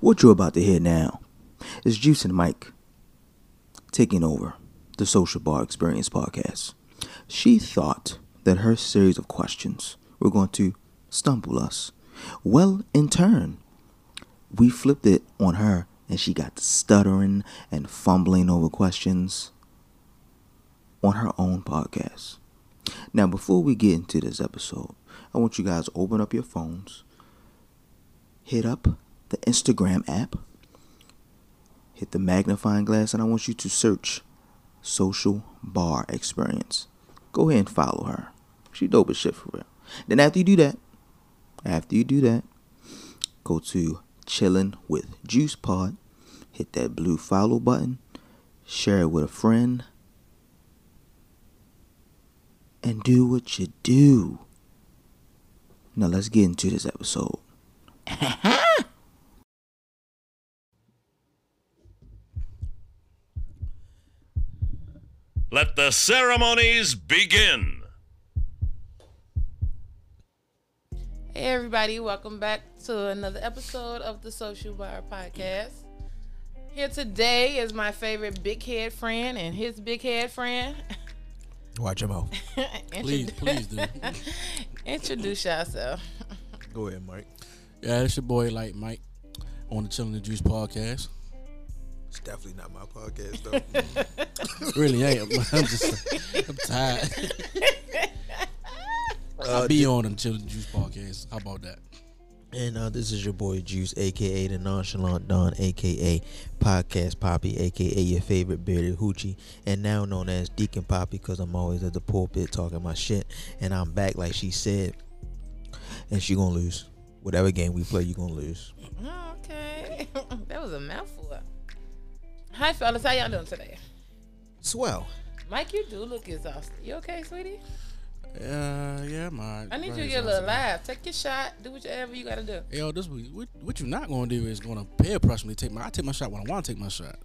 What you're about to hear now is Juice and Mike taking over the Social Bar Experience podcast. She thought that her series of questions were going to stumble us. Well, in turn, we flipped it on her and she got to stuttering and fumbling over questions on her own podcast. Now, before we get into this episode, I want you guys to open up your phones, hit up the Instagram app, hit the magnifying glass, and I want you to search Social Bar Experience. Go ahead and follow her. She dope as shit for real. Then after you do that, after you do that, go to Chillin' with Juice Pod, hit that blue follow button, share it with a friend, and do what you do. Now let's get into this episode. Let the ceremonies begin. Hey everybody, welcome back to another episode of the Social Bar Podcast. Here today is my favorite big head friend and his big head friend. Watch your mouth. Introdu- Please, please do. Introduce yourself. Go ahead, Mike. Yeah, it's your boy Light Mike on the Chilling the Juice podcast. It's definitely not my podcast though. Really, I am. I'm just, I'm tired. I be on the Chilling the Juice podcast. How about that? and uh, this is your boy Juice, aka the Nonchalant Don, aka Podcast Poppy, aka your favorite bearded hoochie, and now known as Deacon Poppy because I'm always at the pulpit talking my shit, and I'm back like she said, and she gonna lose. Whatever game we play, you gonna lose. Oh, okay, that was a mouthful. Hi fellas, how y'all doing today? Swell. Mike, you do look exhausted. You okay, sweetie? Yeah, yeah, my. I need you to get a little live. Take your shot. Do whatever you gotta do. Yo, this week, what, what you not gonna do is gonna peer pressure me. to Take my, I take my shot when I want to take my shot.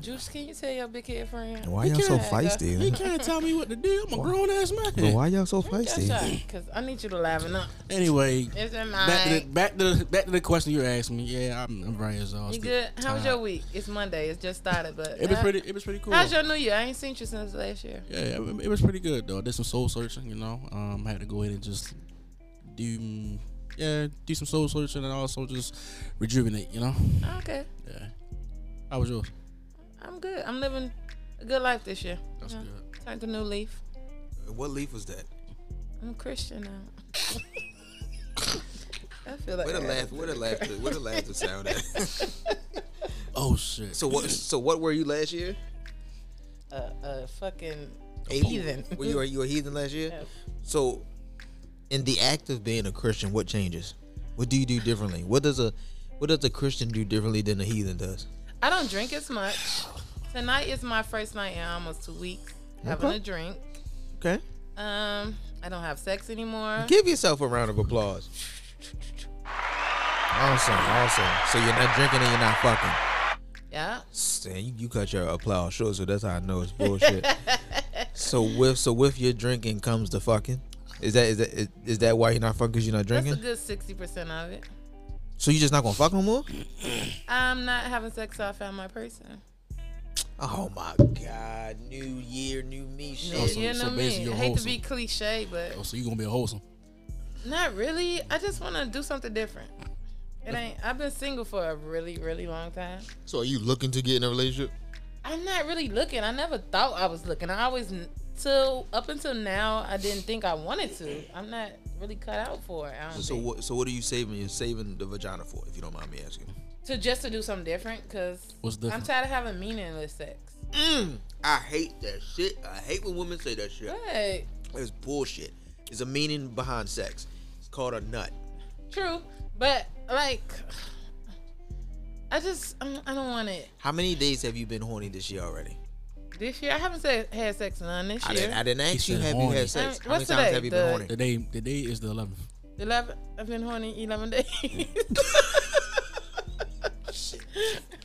Juice, can you tell your big head friend? Why y'all so can't- feisty? He can't tell me what to do. I'm a grown ass But man. why y'all so Take your shot, feisty? cause I need you to liven up. Anyway, It's in back to my the back to the back to the question you asked me. Yeah, I'm, I'm very exhausted. You good? How was tired. your week? It's Monday. It's just started, but uh, It was pretty. It was pretty cool. How's your New Year? I ain't seen you since last year. Yeah, it, it was pretty good though. I did some soul searching, you know. Um, I had to go ahead and just do, mm, yeah, do some soul searching and also just rejuvenate, you know. Oh, Okay, Yeah. How was yours? I'm good. I'm living a good life this year. That's Yeah. good. Turned a new leaf. What leaf was that? I'm a Christian now. I feel like Where I the gotta- laugh? Where the laughter? Where the laughter sound at? Oh shit. So what? So what were you last year? A a Uh, fucking Ape? heathen. Were you, were you a heathen last year? Yeah. So, in the act of being a Christian, what changes? What do you do differently? What does a what does a Christian do differently than a heathen does? I don't drink as much. Tonight is my first night in almost two weeks having Okay. a drink. Okay, Um, I don't have sex anymore. give yourself a round of applause. Awesome, awesome. So you're not drinking and you're not fucking. Yeah. And you, you cut your applause short, so that's how I know it's bullshit. so with so with your drinking comes the fucking. Is that is that is, is that why you're not fucking? Cause you're not That's a drinking. good sixty percent of it. so you're just not gonna fuck no more. I'm not having sex till I found my person. Oh my god! New year, new me. Shit. Yeah, so- you so know basically me. you're I hate to wholesome. be cliche, but Oh, so you gonna be a wholesome? not really. I just want to do something different. It ain't. I've been single for a really, really long time. So are you looking to get in a relationship? I'm not really looking. I never thought I was looking. I always till up until now I didn't think I wanted to. I'm not really cut out for it. I don't So think. what? So what are you saving? You're saving the vagina for, if you don't mind me asking. So just to do something different, cause What's I'm different? tired of having meaningless sex. I hate that shit. I hate when women say that shit. But It's bullshit. There's a meaning behind sex. It's called a nut. true. But like, I just I'm, I don't want it. How many days have you been horny this year already? This year I haven't said, had sex none this I year. didn't. I didn't ask He you. said Have you horny. had sex? Um, How many what's times today? have you The- been horny? The day, the day is the 11th. 11 I've been horny 11 days. So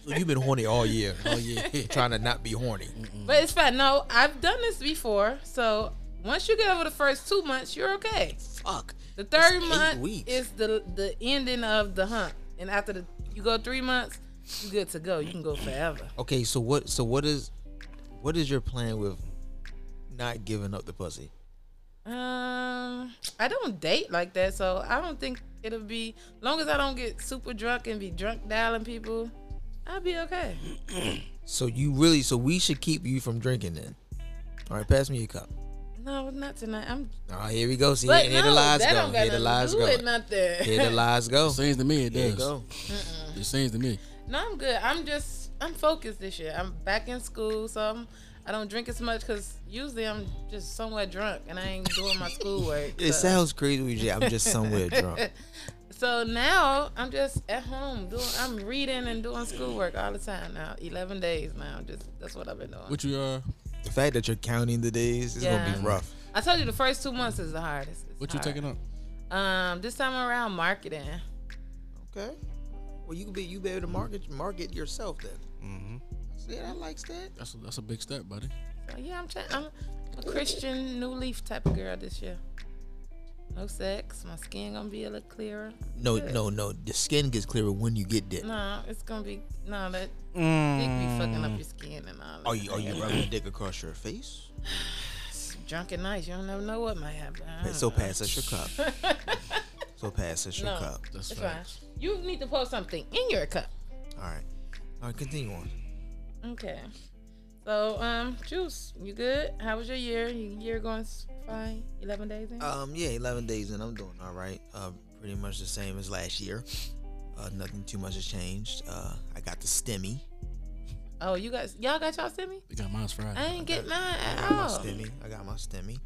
you've been horny all year. Oh yeah. Trying to not be horny. but it's fine. No, I've done this before. So once you get over the first two months, you're okay. Fuck. The third eight month weeks. is the the ending of the hunt. And after the You go three months, you good to go. You can go forever. Okay, so what? So what is, what is your plan with, not giving up the pussy? Um, I don't date like that, so I don't think it'll be. Long as I don't get super drunk and be drunk dialing people, I'll be okay. So you really? So we should keep you from drinking then. All right, pass me your cup. No, not tonight. I'm. All right, here we go. See, But here, no, here the lies that go. don't got Here the nothing lies to do go. with nothing. Here the lies go. Seems to me it Here does. you go. It seems to me. No, I'm good. I'm just I'm focused this year. I'm back in school, so I'm, I don't drink as much because usually I'm just somewhat drunk and I ain't doing my schoolwork. It so. sounds crazy. when you say, I'm just somewhere drunk. So now I'm just at home doing. I'm reading and doing schoolwork all the time now. Eleven days now. Just that's what I've been doing. What you uh? The fact that you're counting the days is gonna Yeah. be rough. I told you the first two months is the hardest. It's What you hard. taking up? Um, this time around marketing. Okay. Well, you could be you be able to market market yourself then. Mm-hmm. See, I likes that. That's a, that's a big step, buddy. So yeah, I'm trying. I'm a Christian new leaf type of girl this year. No sex. My skin gonna be a little clearer. No, no, no. The skin gets clearer when you get there. No, it's gonna be no that dick be fucking up your skin and all that. Mm. Are Oh, you are you rubbing your dick across your face? drunk at night? You don't never know what might happen. I don't So know. pass us your cup. so pass us your Uh-uh. No. cup. That's It's fine. fine. You need to pour something in your cup. All right. All right. Continue on. Okay. So um, juice, you good? How was your year? Your year going s- fine? Eleven days in. Um, yeah, 11 days and I'm doing all right. Uh, pretty much the same as last year. Uh, nothing too much has changed. Uh, I got the STEMI. oh, you guys, y'all got y'all send me? We got mine's Friday. I ain't get mine I at got my all. STEMI. I got my STEMI.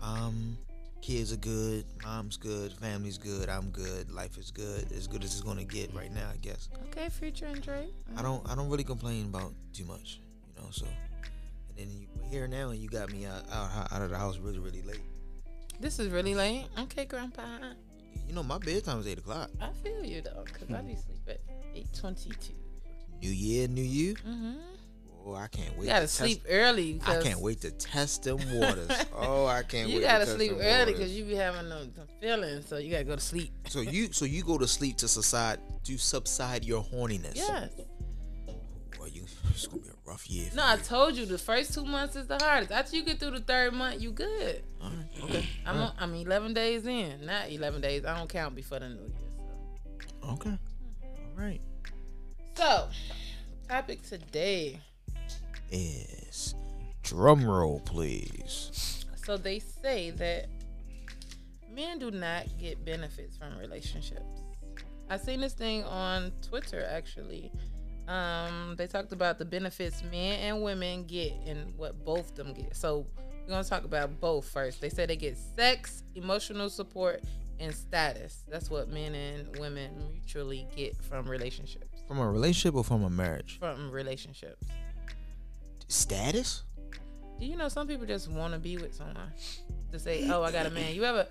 Um, kids are good. Mom's good. Family's good. I'm good. Life is good. As good as it's gonna get right now, I guess. Okay, future and Drake. I don't. I don't really complain about too much, you know. So, and then you here now, and you got me out out, out of the house really, really late. This is really late. Okay, Grandpa. You know, my bedtime is eight o'clock. I feel you though, cause I Hmm. be sleep at eight twenty two. New year, new you. Mhm. Oh, I can't wait. You gotta to test- sleep early. I Because can't wait to test them waters. oh, I can't. You wait gotta to test sleep them early waters. because you be having them, them feelings, so you gotta go to sleep. So you, so you go to sleep to subside to subside your horniness. Yes. Boy, you, it's gonna be a rough year. for No, I you. told you the first two months is the hardest. After you get through the third month, you good. All right, okay. I'm on, I'm 11 days in, not 11 days. I don't count before the new year. So, Okay. All right. so topic today. Is drum roll, please. So they say that men do not get benefits from relationships. I seen this thing on Twitter actually. Um, they talked about the benefits men and women get and what both of them get. So we're gonna talk about both first. They said they get sex, emotional support, and status. That's what men and women mutually get from relationships. From a relationship or from a marriage? From relationships. Status? Do you know some people just want to be with someone to say, "Oh, I got a man." You ever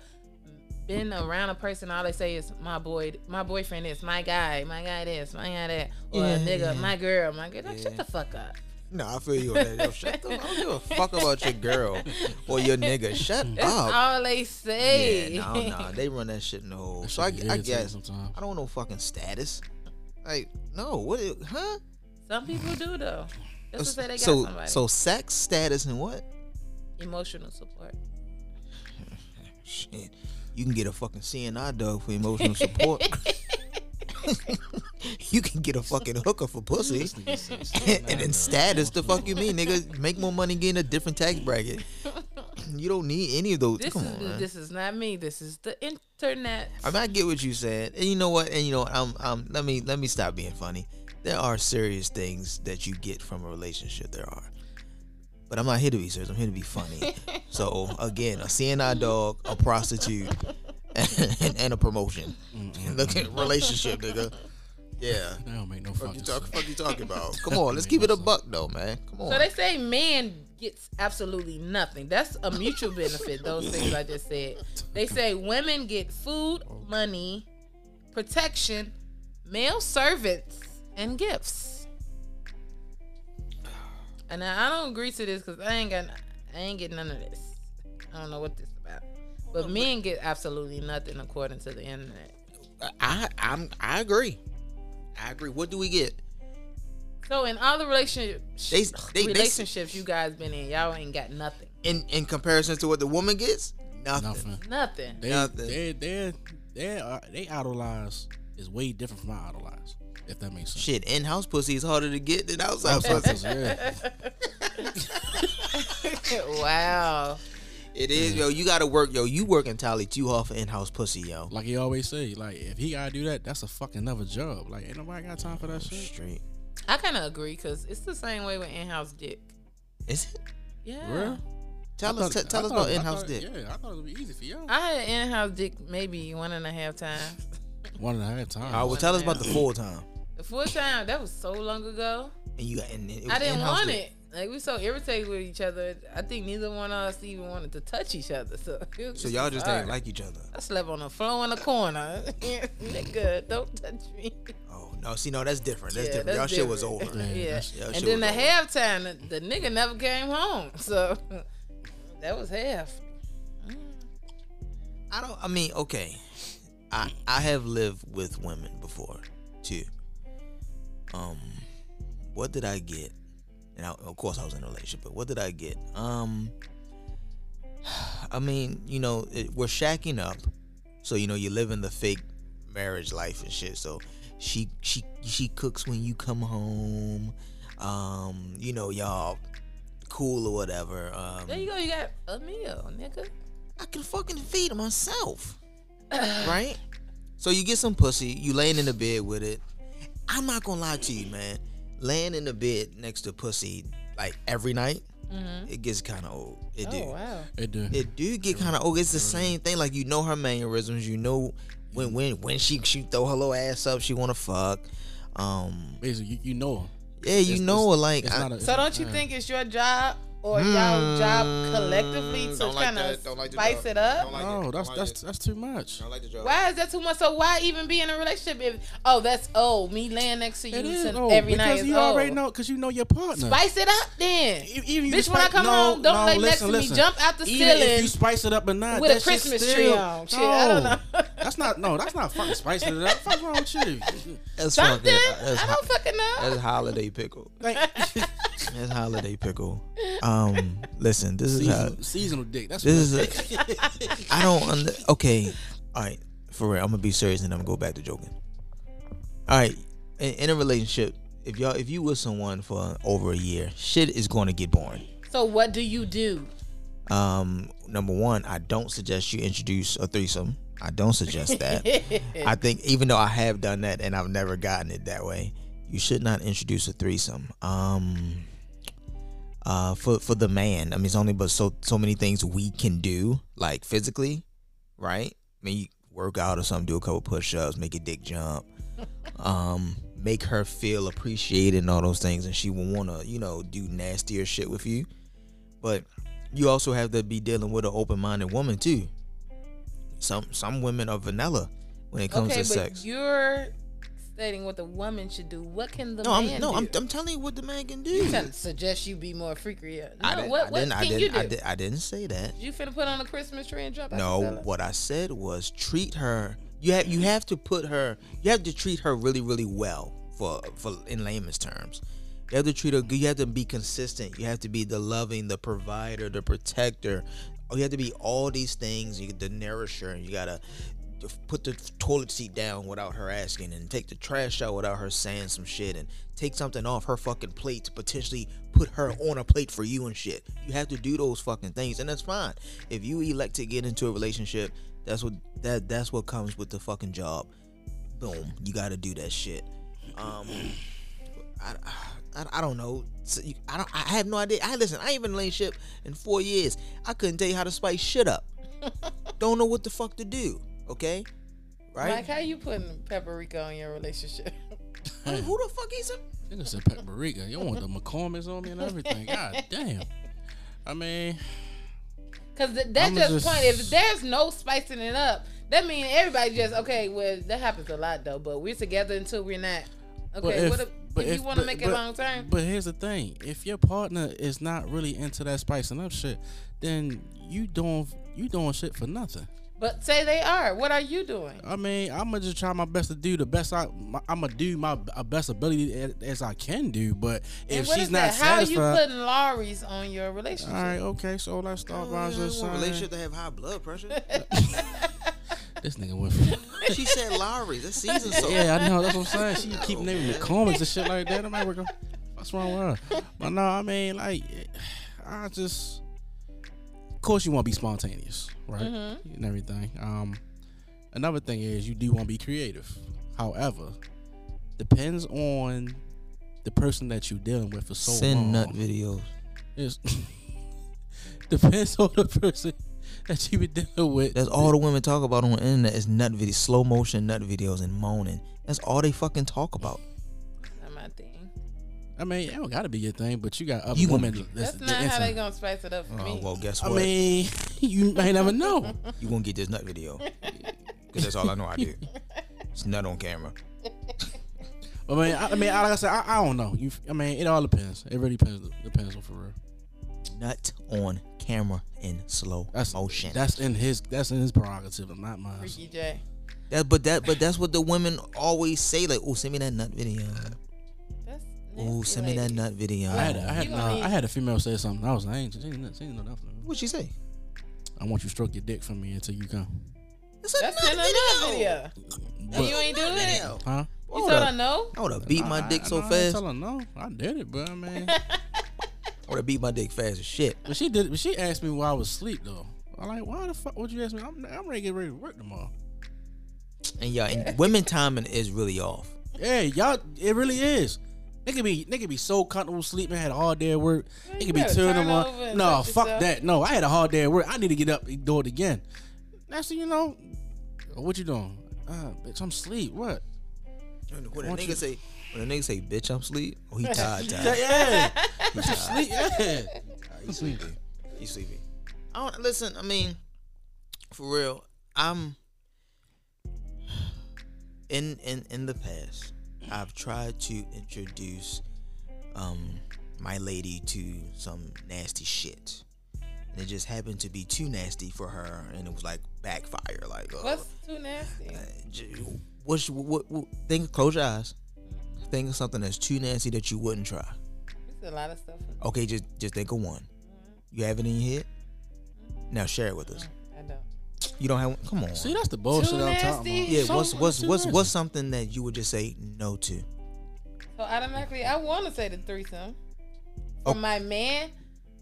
been around a person? All they say is, "My boy, my boyfriend is my guy, my guy this, my guy that," or Yeah, "Nigga, yeah. my girl, my girl." Like, Yeah. shut the fuck up. No, I feel you on that. Yo, shut the. I don't give a fuck about your girl or your nigga. Shut That's up. all they say. Oh. Yeah, no, no, they run that shit in the hole. So I, shit be I irritating guess sometimes. I don't know fucking status. Like, no, what? Is, huh? some people do though. That's to say they got so, somebody. so sex status and what? emotional support. Shit, you can get a fucking CNI dog for emotional support. you can get a fucking hooker for pussy. and then status, the fuck you mean, nigga? Make more money getting a different tax bracket. You don't need any of those. This Come is on, man. this is not me. This is the internet. I mean, I get what you said, and you know what, and you know, um, um, let me let me stop being funny. There are serious things that you get from a relationship. There are, but I'm not here to be serious. I'm here to be funny. so again, a CNI dog, a prostitute, and, and a promotion. Look at relationship, nigga. Yeah, That don't make no fuck fucking you sense. talk, fuck you talking about. Come on, let's keep it a buck though, man. Come on. So they say man gets absolutely nothing. That's a mutual benefit. Those things I just said. They say women get food, money, protection, male servants, and gifts. And I I don't agree to this because I ain't got, I ain't get none of this. I don't know what this about. But men get absolutely nothing according to the internet. I I'm I agree. I agree. What do we get? So in all the relationship They- they- they- relationships you guys been in, y'all ain't got nothing. In in comparison to what the woman gets? Nothing. Nothing. Nothing. They Nothing. they they they are they idol lives is way different from our idol lives. If that makes sense. Shit, in house pussy is harder to get than outside Outside pussy. pussy, yeah. wow. It is, yo. You gotta work, yo. You working entirely too hard for in house pussy, yo. Like he always say, like if he gotta do that, that's a fucking another job. Like ain't nobody got time for that shit. Straight. I kind of agree because it's the same way with in-house dick. Is it? Yeah. Real? Tell I us, thought- t- tell I us thought- about I in house thought- dick. Yeah, I thought it would be easy for y'all. I had in-house dick maybe one and a half times. One and a half times. All right, well, One tell us now. about the full time. The full time that was so long ago. And you, and it was I didn't in-house want dick. it. Like we so irritated with each other. I think neither one of us even wanted to touch each other. So it was So y'all just hard. ain't like each other. I slept on the floor in the corner. Nigga, don't touch me. Oh no, see, no, that's different. That's Yeah, different. that's y'all shit was different. over. Yeah, Yeah. that's- yeah, and shit then the was over. halftime, the, the nigga never came home. So that was half. I don't. I mean, okay. I I have lived with women before, too. Um, what did I get? And I, of course, I was in a relationship. But what did I get? Um, I mean, you know, it, we're shacking up, so you know you're living the fake marriage life and shit. So she she she cooks when you come home. Um, you know, y'all cool or whatever. Um, There you go. You got a meal, nigga. I can fucking feed him myself. right? So you get some pussy, you laying in the bed with it. I'm not gonna lie to you, man. Laying in the bed next to pussy like every night, it gets kind of old. It do. Mm-hmm. Oh wow. it do. It do get kind of old. Mm. It's the same thing. Like you know her mannerisms. You know when when when she she throw her little ass up, she wanna fuck. Um, Basically, you, you know him. yeah, you It's- know it's- her like. it's I- not a- So don't you uh, think it's your job or y'all job collectively to Hmm. don't like kind that, of don't like the spice job. it up? Don't like it, No, don't Oh, that's like that's it. that's too much. like the job. Why is that too much? So why even be in a relationship if oh that's old me laying next to you It is to- old every night because is you old. already know because you know your partner. Spice it up then. E- even if you Bitch, when I spice- come home, don't lay next to me. Jump out the Even if ceiling you spice it up or not, with a that shit's Christmas still, tree on. Shit, I don't know. No, that's not no. That's not fucking spicing it up. What's wrong with you? That's Something. fucking. That's, I don't fucking know. that's holiday pickle. Like, That's holiday pickle. Um, listen, this is how seasonal, seasonal dick. That's this what is. A, I don't under. Okay, all right, for real. I'm gonna be serious and I'm gonna go back to joking. All right, in, in a relationship, if y'all if you with someone for over a year, shit is going to get boring. So what do you do? Um, number one, I don't suggest you introduce a threesome. I don't suggest that. I think even though I have done that and I've never gotten it that way, you should not introduce a threesome. Um, uh, for for the man, I mean, it's only but so so many things we can do, like physically, right? I mean, you work out or something, do a couple push ups, make a dick jump, um, make her feel appreciated and all those things, and she will want to, you know, do nastier shit with you. But you also have to be dealing with an open minded woman too. Some some women are vanilla when it comes okay, to but sex. you're stating what the woman should do. What can the No, man I'm no, do? I'm, I'm telling you what the man can do. You trying to suggest you be more freaky. No, I didn't, what, I what didn't, can I didn't, you do? I, did, I didn't say that. You finna put on a Christmas tree and drop out the No, cellar? what I said was treat her. You have you have to put her. You have to treat her really, really well for for in layman's terms. You have to treat her. good. You have to be consistent. You have to be the loving, the provider, the protector. You have to be all these things. You the nourisher. You gotta put the toilet seat down without her asking, and take the trash out without her saying some shit, and take something off her fucking plate to potentially put her on a plate for you and shit. You have to do those fucking things, and that's fine. If you elect to get into a relationship, that's what that that's what comes with the fucking job. Boom, you got to do that shit. Um, I, I, I don't know. So you- I don't. I have no idea. I listen. I ain't been in a relationship in four years. I couldn't tell you how to spice shit up. don't know what the fuck to do. Okay, Like right? how you putting paprika on your relationship? Who- Who the fuck is it? Nigga said paprika. You want the McCormick's on me and everything. God damn. I mean, Cause th- that's I'ma just, just- point. If there's no spicing it up, that means everybody just okay. Well, that happens a lot though. But we're together until we're not. but Okay, if, what if, but if if- you want to but- make it but- long term? But here's the thing: if your partner is not really into that spicing up shit, then you doing you doing shit for nothing. But, But say they are. What are you doing? Uh, I mean, I'm gonna just try my best to do the best I. My, I'm gonna do my b- best ability as, as I can do. But and if what she's is not that? How are you satisfied, putting lorries on your relationship? all right, okay. So let's start Oh, by just saying, relationship to have high blood pressure. this nigga went from. she said Lowry's. That's season salt. yeah, I know. That's what I'm saying. She keep naming the comics and shit like that. I'm like, "What- what's wrong with her? But no, I mean, like, I just, of course, you want to be spontaneous, right, Mm-hmm. and everything. Um, another thing is you do want to be creative. However, depends on the person that you're dealing with for so long. Send nut videos. It's- depends on the person that you be dealing with. That's all the women talk about on the internet is nut videos, slow motion nut videos, and moaning. That's all they fucking talk about. Not my thing. I mean, it don't gotta be your thing, but you got other You gonna women. be- That's, not how they gonna spice it up for Oh me. well, guess I what? mean, you may never know. you won't get this nut video because that's all I know I do. It's nut on camera. I mean, I, I mean, I- like I said, I, I don't know. You, I mean, it all depends. It really depends. Depends on for real. Nut on camera in slow That's motion. That's in his. That's in his prerogative, and not mine. Freaky J. That, but that, but that's what the women always say. Like, oh, send me that nut video. That's Oh, nasty send me that lady. nut video. I had, a, I, had, You nah, gonna need- I had a female say something. I was like, I ain't, she ain't, she ain't know nothing. What'd she say? I want you to stroke your dick for me until you come. It's a That's nut in another video. And you But, ain't doing it. You huh? Hold told up. her no. I would have beat my I- dick I- so no, I ain't fast. tell her no, I did it, but I mean, I would have beat my dick fast as shit. but she did. But she asked me why I was asleep though. I'm like, why the fuck would you ask me? I'm, I'm ready to get ready to work tomorrow. And yeah, and women timing is really off. Yeah, y'all, it really is. They could be they could be so comfortable sleeping, had a hard day at work. It you could be better two in the turn over morning. and No, touch fuck yourself. that. No, I had a hard day at work. I need to get up and do it again. Next thing you know, what you doing? Uh, bitch, I'm asleep. What? When a Won't nigga you- say, when a nigga say, bitch, I'm sleep. Oh, he tired, Yeah, tired. yeah. Bitch, I'm sleep. Yeah. He sleepy. He sleepy. I don't listen. I mean, for real, I'm in in in the past. I've tried to introduce um my lady to some nasty shit, and it just happened to be too nasty for her, and it was like backfire. Like, oh, What's too nasty? j- what's what, what? Think. Close your eyes. Think of something that's too nasty that you wouldn't try. It's a lot of stuff. Okay, just just think of one. You have it in your head. Now share it with us. I don't. You don't have one. Come on. See, that's the bullshit Too I'm talking nasty. about. yeah, So- what's what's too what's nasty. what's something that you would just say no to? So automatically, I want to say the threesome. For Oh. my man,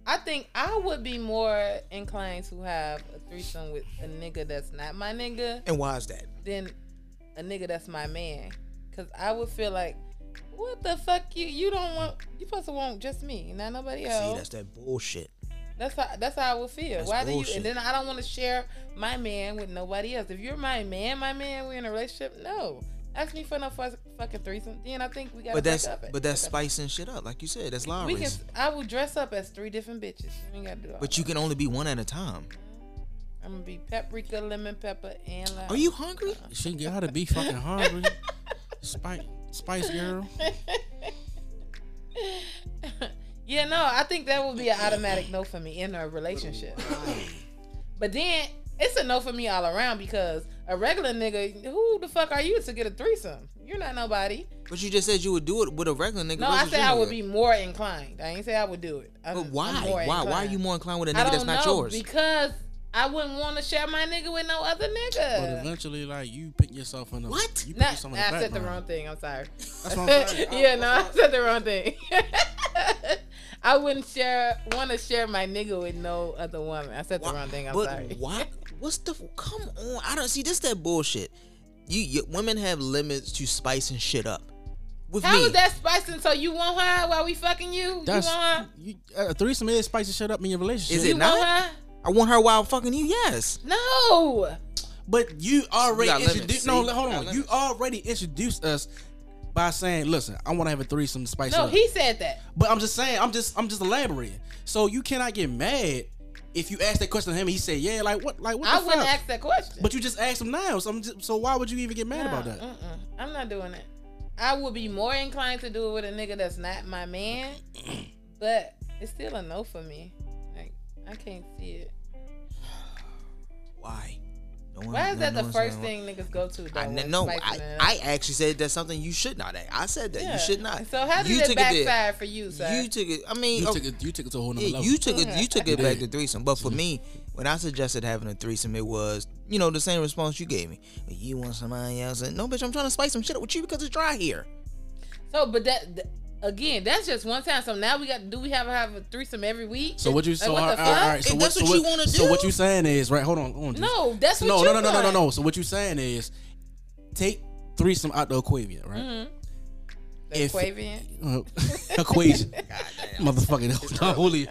I think I would be more inclined to have a threesome with a nigga that's not my nigga And why is that? than a nigga that's my man. Cause I would feel like, what the fuck you you don't want you supposed to want just me, not nobody See, else. that's that bullshit. that's how that's how I would feel. That's Why do you bullshit. and then I don't want to share my man with nobody else. If you're my man, my man, we're in a relationship. No. Ask me for no fu- fucking threesome. Then I think we gotta But that's break up it. but that's Okay. spicing shit up, like you said. That's We can. Lowry's. I will dress up as three different bitches. You ain't gotta do all But you can only be one at a time. that. I'm gonna be paprika, lemon pepper, and lime. Are you hungry? She gotta be fucking hungry. Spice, Spice Girl. Yeah, no. I think that would be an automatic no for me in a relationship. But then it's a no for me all around because a regular nigga, who the fuck are you to get a threesome? You're not nobody. But you just said you would do it with a regular nigga. No, What's I with said you, I would nigga? be more inclined. I ain't say I would do it. I'm, But I'm why? more Why? Why are inclined. you more inclined with a I nigga don't that's not know yours? because I wouldn't want to share my nigga with no other nigga. But eventually, like you pick yourself in the What? You pick Not, yourself in I the said the background. wrong thing. I'm sorry. That's what I'm saying. yeah, no, I said the wrong thing. I wouldn't share, want to share my nigga with no other woman. I said the Why- wrong thing. I'm but sorry. why? What's the? Come on! I don't see this. That bullshit. You, you women have limits to spicing shit up. With How me, is that spicing? So you want her while we fucking you? That's you want her? you, uh, threesome is spicing shit up in your relationship. Is it You not? want her? I want her while I'm fucking you. Yes. No. But you You already got limits, introduced. see? No, You hold got on. You limits. already introduced us by saying, "Listen, I want to have a threesome, to spice it No, up." he said that. but I'm just saying, I'm just, I'm just elaborating. So you cannot get mad if you ask that question to him and he said, "Yeah," like what, like what I the wouldn't fuck? ask that question. but you just asked him now. So, I'm just, so why would you even get mad about Nah, that? Mm-mm. I'm not doing it. I would be more inclined to do it with a nigga that's not my man, but it's still a no for me. Like I can't see it. Why? No one- Why is no- that no the one's first saying- thing niggas go to? Though, I when n- no, spicing I, it up? I actually said that's something you should not. act. I said that Yeah. you should not. So how did you it took there. backfire for you, sir? You took it. I mean, You oh, took it. You took it to a whole nother yeah, level. you took it. You took it Yeah. Mm-hmm. back to threesome. But for me, when I suggested having a threesome, it was you know the same response you gave me. You want somebody else? And no, bitch, I'm trying to spice some shit up with you because it's dry here. so, but that th- again, that's just one time. So now we got. Do we have have a threesome every week? So what you Like, so what all, the all fuck? right, so If that's so what you wanna So do- what you saying is right? Hold on, hold on. Juice. No, that's what no, you no, no, no, no, want. no, no. So what you saying is, take threesome out the equation, right? Mm-hmm. The If- Quavian. Uh, equation, motherfucking no, holy.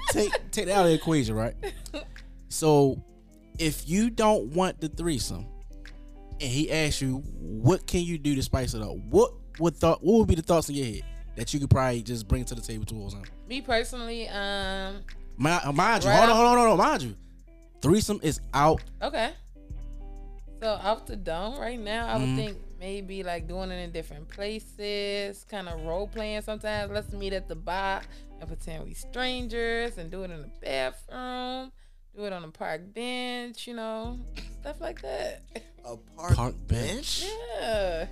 take take that out of the equation, right? So, if you don't want the threesome, and he asks you, "What can you do to spice it up?" What would thought? What would be the thoughts in your head that you could probably just bring to the table towards him? Me personally, um, Mind, uh, mind you, Right hold on, off- hold on, hold on, mind you. Threesome is out. okay. So off the dome right now, I would Mm-hmm. think maybe like doing it in different places, kind of role playing sometimes. Let's meet at the bar and pretend we strangers and do it in the bathroom, do it on a park bench, you know, stuff like that. A park, Park bench? bench. Yeah.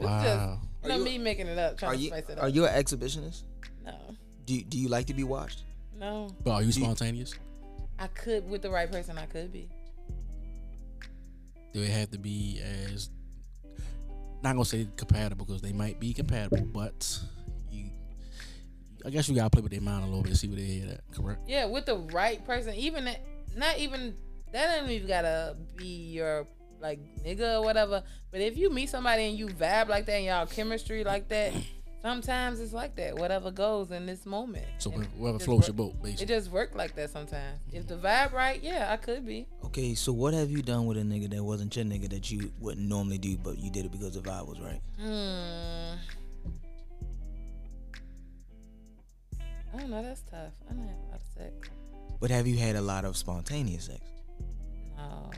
Wow. It's just, no, you- me making it up, trying Are to you spice it up. are you an exhibitionist? no, Do you, do you like to be watched? no. But are you spontaneous? I could, with the right person, I could be. Do it have to be as not gonna say compatible because they might be compatible, but you, I guess you gotta play with their mind a little bit to see where they head at. Correct. Yeah, with the right person, even that, not even that doesn't even gotta be your like nigga or whatever. But if you meet somebody and you vibe like that and y'all chemistry like that, sometimes it's like that. Whatever goes in this moment. So And whoever just floats your work- boat, It basically. just work like that sometimes. If the vibe right, yeah, I could be. Okay, so what have you done with a nigga that wasn't your nigga that you wouldn't normally do, but you did it because the vibe was right? Hmm. I don't know. That's tough. I don't have a lot of sex. But have you had a lot of spontaneous sex? No,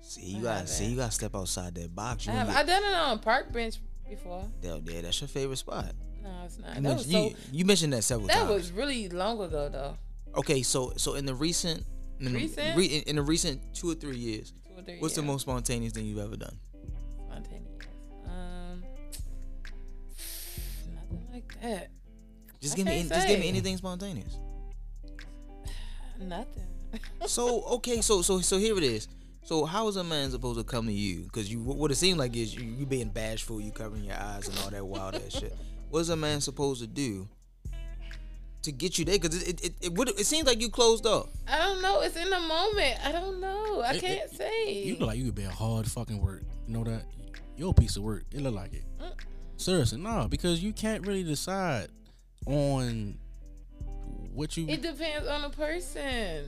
See, you I gotta haven't. see, you gotta step outside that box. I You have. wanna I done it on a park bench before. get down there. That's your favorite spot. No, it's not. You, That men- was you, so. you mentioned that several That times. was really long ago though. okay, so so in the recent, in the, Recent? Re, in, in the recent two or three years, Two or three what's the years. most spontaneous thing you've ever done? spontaneous? Um, nothing like that. Just I give me, can't any- just give me say. anything spontaneous. Nothing. So okay, so so so here it is. So how is a man supposed to come to you? Because you what it seemed like is you, you being bashful, you covering your eyes and all that wild ass shit. What is a man supposed to do to get you there? Because it it, it, it, would, it seems like you closed off. I don't know. It's in the moment. I don't know. I It- can't it- say. You look like you could be a hard fucking work. You know that? You're a piece of work. It look like it. Uh. Seriously, no, because you can't really decide on what you it depends on the person,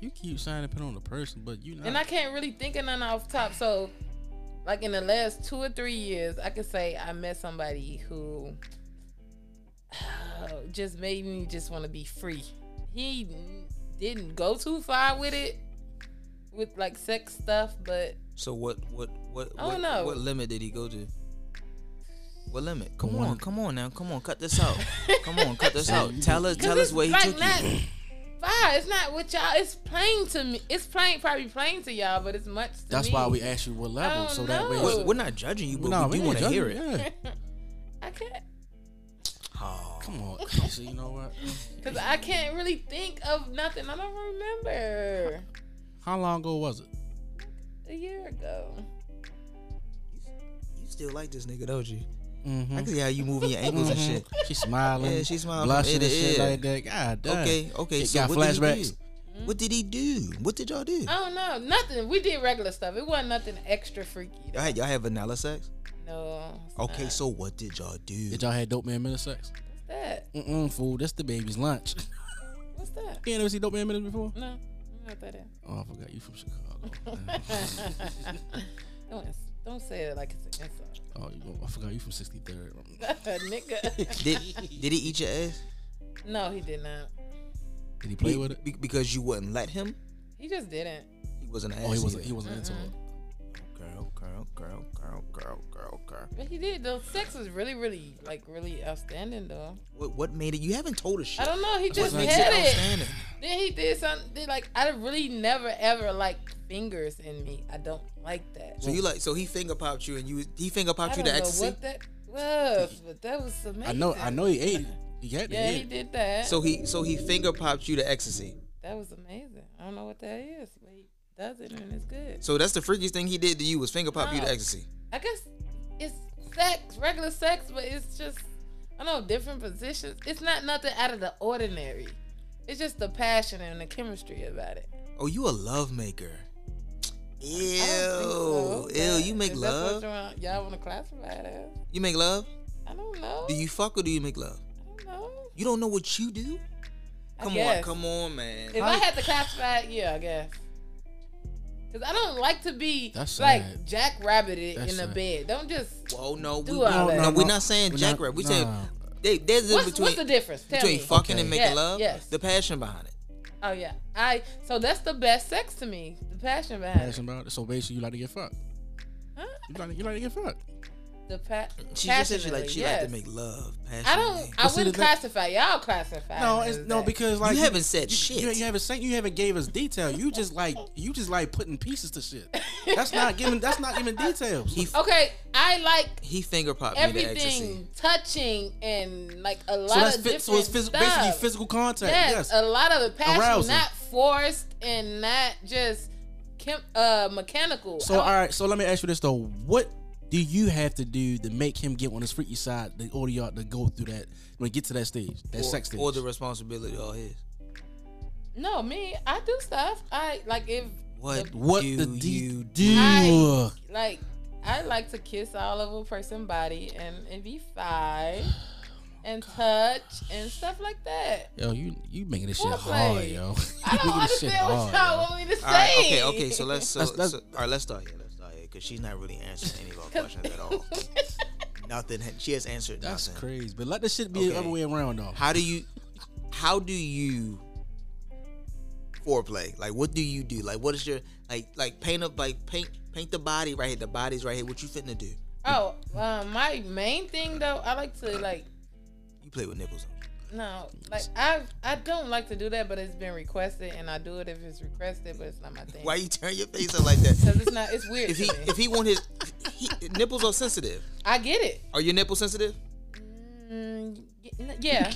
you keep signing put on the person, but you not. and I can't really think of none off top. So, like in the last two or three years, I could say I met somebody who just made me just want to be free. He didn't go too far with it, with like sex stuff, but So what what what I don't what, know. what limit did he go to? What limit? Come One. on, come on now, come on, cut this out. come on, cut this out. Tell us, tell us it's where he like took not you. far. It's not what y'all. It's plain to me. It's plain, probably plain to y'all, but it's much. To That's me. why we asked you what level, don't so that way. know. We're, we're not judging you, but Nah, we do ain't want to judging, hear it. yeah. I can't, Oh, Come on. so you know what? cause I can't really think of nothing. I don't remember. How long ago was it? A year ago. you still like this nigga, don't you? Mm-hmm. I can see how you moving your ankles and shit. She smiling. Yeah, she smiling. Blushing It and shit is. like that. God damn. Okay, okay. It so got what Did flashbacks. he do? What did he do? What did y'all do? I don't know. Nothing. We did regular stuff. It wasn't nothing extra freaky. Y'all had, y'all had vanilla sex? No. it's Okay, not. so what did y'all do? Did y'all have dope man minute sex? What's that? Mm-mm, fool. That's the baby's lunch. What's that? you ain't never seen dope man minutes before? No. I don't know what that is. Mm-hmm. Oh, I forgot you from Chicago. Don't ins- don't say it like it's an insult, oh, you, I forgot you from 63rd. nigga. Did, did he eat your ass? No, he did not. Did he play with it? Be- because you wouldn't let him? He just didn't. He wasn't an ass. Oh, he wasn't. eater. He wasn't into it. Mm-hmm. Girl, girl, girl, girl, girl, girl, girl. But he did. The sex was really, really, like, really outstanding, though. What, what made it? You haven't told us shit. I don't know. He just What makes had it it. outstanding? Then he did something did, like I really never ever like fingers in me. I don't like that. So you like so he finger popped you and you he finger I popped you don't to know ecstasy. what that was, but that was amazing. I know, I know he ate it. He got Yeah, it. he did that. So he so he finger popped you to ecstasy. that was amazing. I don't know what that is, but he does it and it's good. So that's the freakiest thing he did to you was finger pop you to Wow. ecstasy. I guess it's sex, regular sex, but it's just I don't know different positions. It's not nothing out of the ordinary. It's just the passion and the chemistry about it. Oh, you a love maker. Ew, I don't think so, ew. but You make if that's what love. you want- Y'all want to classify it as? You make love. I don't know. Do you fuck or do you make love? I don't know. You don't know what you do. I Come on, guess. come on, man. If I had to classify it, yeah, I guess. Cause I don't like to be That's like sad. jackrabbited That's in the sad. bed. Don't just. Well, no, we, Do all no, that. no, we're not saying We're not- jackrabbit. We saying nah. they, there's a What's, between what's the difference? Tell between me. fucking and Okay. making Yeah, love. yes. The passion behind it. Oh yeah, I. So that's the best sex to me. The passion behind Passion about it. So basically, you like to get fucked. it. Huh? You like, you like to get fucked. The pa- She just said she like passionately, she yes. like to make love. I passionately. don't. I But wouldn't see, the thing- classify. Y'all classify. No, it it's as no that. because like You haven't said you- shit. You, you haven't said you haven't gave us detail. You just like you just like putting pieces to shit. That's not giving. That's not giving details. He f- Okay, I like he finger popped me to ecstasy. everything touching and like a lot so that's of fit, different so it's phys- stuff. basically physical contact. Yes, uh, Yes. a lot of the passion, Arousal. not forced and not just chem- uh mechanical. So all right. So let me ask you this though: What do you have to do to make him get on his freaky side? The order y'all to go through that when get to that stage, that Or, sex stage. or the responsibility all his. no, me, I do stuff. I like if What what do the de- you do? I- like I like to kiss all over a person's body and it be fine and touch and stuff like that. Yo, you you making this shit Foreplay. hard, yo. I You don't making this shit understand what hard, y'all yo. want me to say. All right, okay, okay. So let's so, That's- that's- so- all right. Let's start here. Let's start here because she's not really answering any of our questions at all. Nothing. ha- She has answered That's nothing. crazy. But let the shit be the Okay. other way around though. How do you? How do you? Foreplay. Like, what do you do? Like, what is your like? Like, paint up. Like, paint paint the body right here. The body's right here. What you finna do? Oh, um, my main thing though, I like to like You play with nipples. no, like I I don't like to do that, but it's been requested, and I do it if it's requested, but it's not my thing. Why you turn your face up like that? Because it's not, it's weird. If he to me. if he want his he, nipples are sensitive. I get it. Are your nipples sensitive? Mm, y- n- yeah,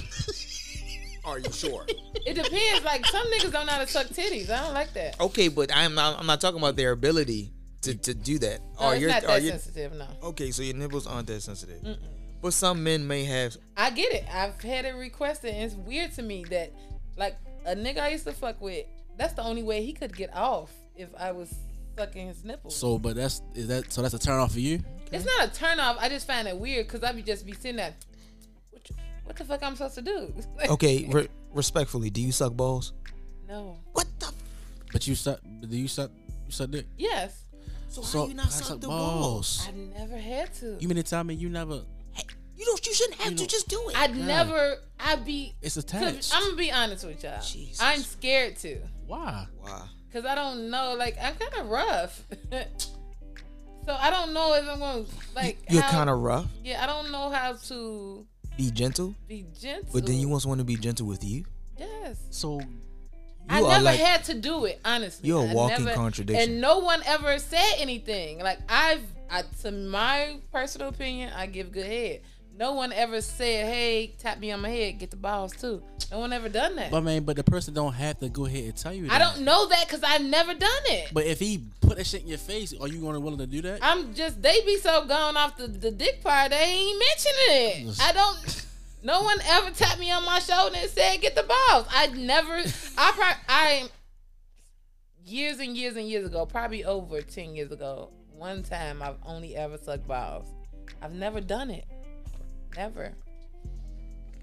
Are you sure? it depends. Like some niggas don't know how to suck titties. I don't like that. okay, but I'm not. I'm not talking about their ability to, to do that. No, are it's your not are that your sensitive. No, Okay, so your nipples aren't that sensitive. But some men may have. I get it. I've had it requested, and it's weird to me that like a nigga I used to fuck with. That's the only way he could get off if I was sucking his nipples. So, but that's is that so that's a turn off for you. It's not a turn off. I just find it weird because I be just be sitting there. What, you- what the fuck I'm supposed to do? Okay, re- respectfully, do you suck balls? No. What the? F- But you suck. Do you suck? You suck dick. Yes. so, So how you not I suck, suck the balls? I never had to. You mean to tell me you never? You don't. You shouldn't have You to. know- Just do it. I'd never. I'd be. It's I'm attached. gonna be honest with y'all. Jesus. I'm scared to, Why? wow. cause I don't know. Like I'm kind of rough, so I don't know if I'm gonna like. You're how- kind of rough. Yeah, I don't know how to Be gentle. be gentle. But then you want someone to be gentle with you. Yes. So I You are never like- had to do it, honestly. You're a I walking never- contradiction. And no one ever said anything. Like I've, I, to my personal opinion, I give good head. No one ever said, "Hey, tap me on my head, get the balls too." No one ever done that. But I mean, but the person don't have to go ahead and tell you. I that. don't know that because I've never done it. But if he put that shit in your face, are you gonna willing to do that? I'm just they be so gone off the, the dick part they ain't mentioning it. I don't. No one ever tapped me on my shoulder and said get the balls. I never. I pro- I years and years and years ago, probably over ten years ago, one time I've only ever sucked balls. I've never done it. Never.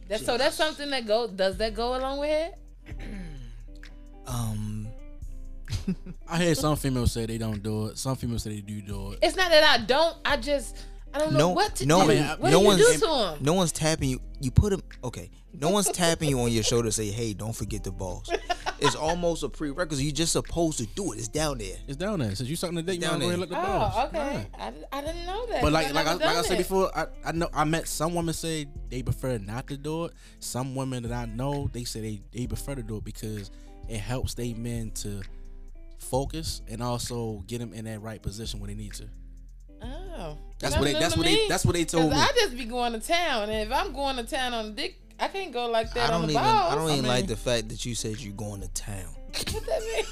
That, so that's something that go does that go along with it? Um. I heard some females say they don't do it. Some females say they do do it. It's not that I don't. I just I don't know No. what to no. do. man, what no do you one's. do to them? No one's tapping you. You put him. Okay. No one's tapping you on your shoulder. to Say, hey, don't forget the balls. It's almost a prerequisite. You're just supposed to do it. It's down there. It's down there. Since you sucking the dick, you might Down as there. well let the balls. Oh, okay. Nah. I, di- I didn't know that. 'cause But like like I, never like I done said it. before, I, I know I met some women say they prefer not to do it. Some women that I know they say they, they prefer to do it because it helps they men to focus and also get them in that right position when they need to. Oh. That's what they- Nothing that's to what they- me. that's what they told 'Cause I me. just be going to town, and if I'm going to town on the dick, I can't go like that I on the don't even. balls. I don't even I like mean- the fact that you said you going to town. What that mean?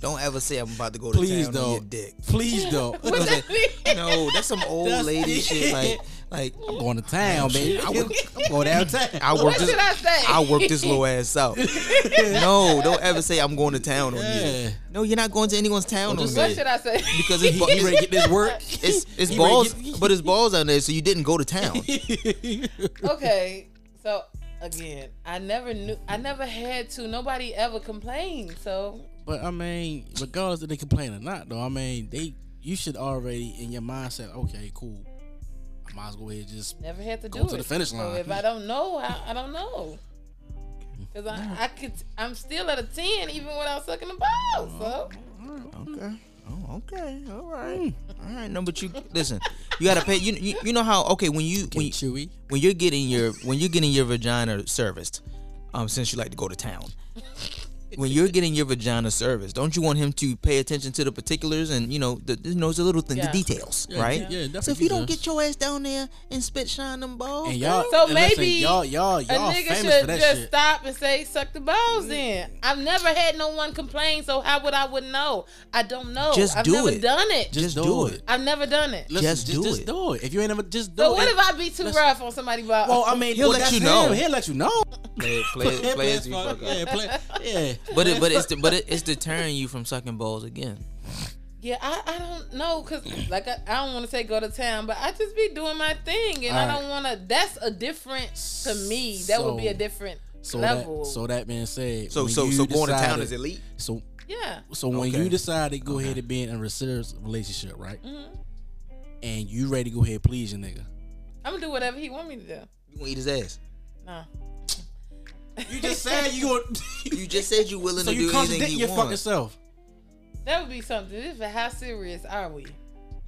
Don't ever say I'm about to go to Please town on your don't. dick. Please don't. what that mean? No, that's some old That's- lady shit. Like, like I'm going to town, baby. I would, I'm going downtown. I work What this. should I say? I work this little ass out. no, don't ever say I'm going to town on Yeah. you. No, you're not going to anyone's town on just me What should I say? because it's, ba- You ready to get this work? it's it's He ready balls, to get- but it's balls out there. So you didn't go to town. okay, so again, I never knew. I never had to. Nobody ever complained. So But I mean, regardless if they complain or not, though, I mean, they you should already in your mindset, okay, cool. I might as well go ahead and just never had to Go do to it. the finish So line. if I don't know, I, I don't know. Cause I, I could, I'm still at a ten even without sucking the balls. So Okay. Oh, okay. All right. All right. No, but you listen. You gotta pay. You you, you know how? Okay, when you when you, chewy. when you're getting your when you're getting your vagina serviced, um, since you like to go to town. When you're getting your vagina serviced, don't you want him to pay attention to the particulars and you know the you know the little thing, Yeah. the details, Yeah, right? yeah, yeah, definitely so if you don't does. get your ass down there and spit shine them balls, And y'all, So and listen, maybe y'all, y'all, a y'all nigga famous for should that just shit. stop and say, "Suck the balls." Then I've never had no one complain. So how would I would know? I don't know. Just I've do never it. done it. Just do it. I've never done it. Listen, Just do just it. do it. If you ain't ever, just do So it. what if I be too rough on somebody? About Well, I mean, He'll well, let that's you know. him. He'll let you know. play, play, play, as you fuck up. Yeah, play, yeah. But it, but it's the, but it, it's deterring you from sucking balls again. yeah, I, I don't know because like I, I don't want to say go to town, but I just be doing my thing, and I Alright. don't want to. That's a different to me. That would be a So- different So level. that, so that being said, So when so you so going to town decided- is elite. So yeah, So when Okay. you decide to go ahead and be in a serious relationship, right? mm-hmm. And you ready to go ahead and please your nigga. I'm gonna do whatever he want me to do. You gonna eat his ass. Nah. You just said you going You just said you willing so to you do anything contradict he your fucking wants. self. That would be something. This is how serious are we?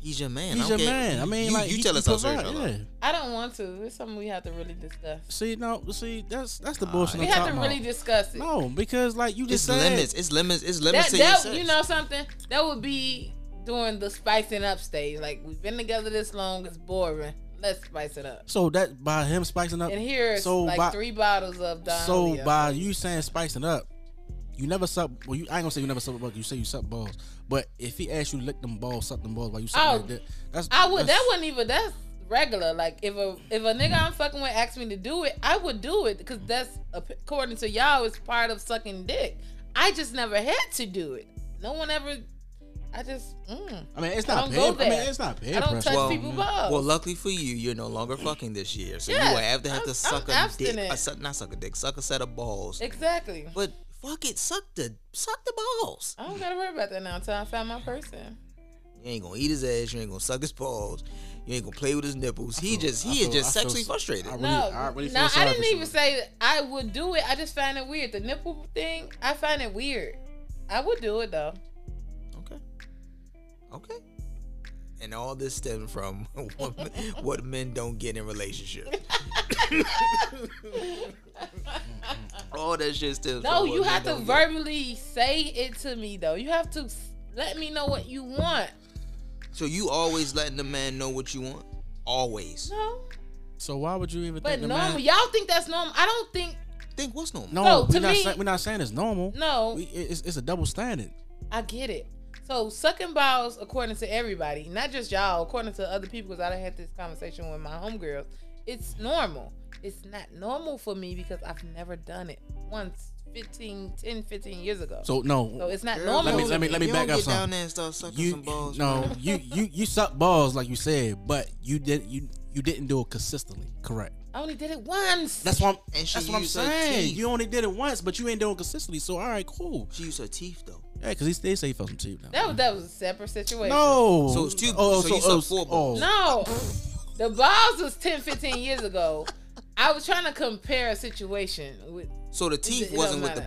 He's your man. I He's don't your care. man. I mean, you, like you he- tell he us how provide, serious. yeah. I don't want to. It's something we have to really discuss. See, no, see, that's that's the bullshit. We I'm have to talking really about. discuss it. No, because like you just It's said, limits. It's limits. It's limits that, to your that sex. you know something that would be doing the spicing up stage. Like we've been together this long, it's boring. Let's spice it up. So that by him spicing up, And here's Uh, so like by, three bottles of Don. So Julio. by you saying spicing up, you never suck. Well, you, I ain't gonna say you never suck a buck. You say you suck balls, but if he asks you to lick them balls, suck them balls while you suck Oh, that dick, that's I would. That that's- wouldn't even. That's regular. Like if a if a nigga I'm fucking with asked me to do it, I would do it because that's according to y'all, it's part of sucking dick. I just never had to do it. No one ever. I just. Mm. I mean, it's I not don't peer. go I mean, there. it's not peer I don't pressure. touch Well, people mm, balls. Well, luckily for you, you're no longer fucking this year, so Yeah, you will have to have I'm- to suck I'm a dick. abstinent. A, suck, not suck a dick. Suck a set of balls. exactly. but fuck it, suck the suck the balls. I don't gotta worry about that now until I find my person. You ain't gonna eat his ass. You ain't gonna suck his balls. You ain't gonna play with his nipples. He just I he feel- is just I feel sexually s- frustrated. I really- No, I really feel no, I sorry didn't for even Shorty. say that I would do it. I just find it weird. The nipple thing, I find it weird. I would do it though. Okay. Okay. And all this stemming from what, what men don't get in relationships. all that shit stems No, from what you men have to don't get. verbally say it to me though. You have to s- let me know what you want. So you always letting the man know what you want? Always. No, So why would you even? but think the normal. man- Y'all think that's normal? I don't think. Think what's normal? no, No, we're to not. me- say- we're not saying it's normal. No, we, it- it's, it's a double standard. I get it. So sucking balls, according to everybody, not just y'all, according to other people, because I done had this conversation with my homegirls, it's normal. It's not normal for me because I've never done it once 15, 10, 15 years ago. So, So no, it's not Girl, normal. let me let me let me you back don't up get down some. there and start sucking You some balls. no, you you you suck balls like you said, but you did you you didn't do it consistently. Correct. I only did it once. That's what I'm. And she that's what I'm used her saying. teeth. You only did it once, but you ain't doing it consistently. So all right, cool. She used her teeth though. Yeah, because he they say he felt some teeth now. that was that was a separate situation. no, So it's two- so you suck four oh, balls. No. the balls was 10, 15 years ago. I was trying to compare a situation with So the it teeth don't wasn't with matter. the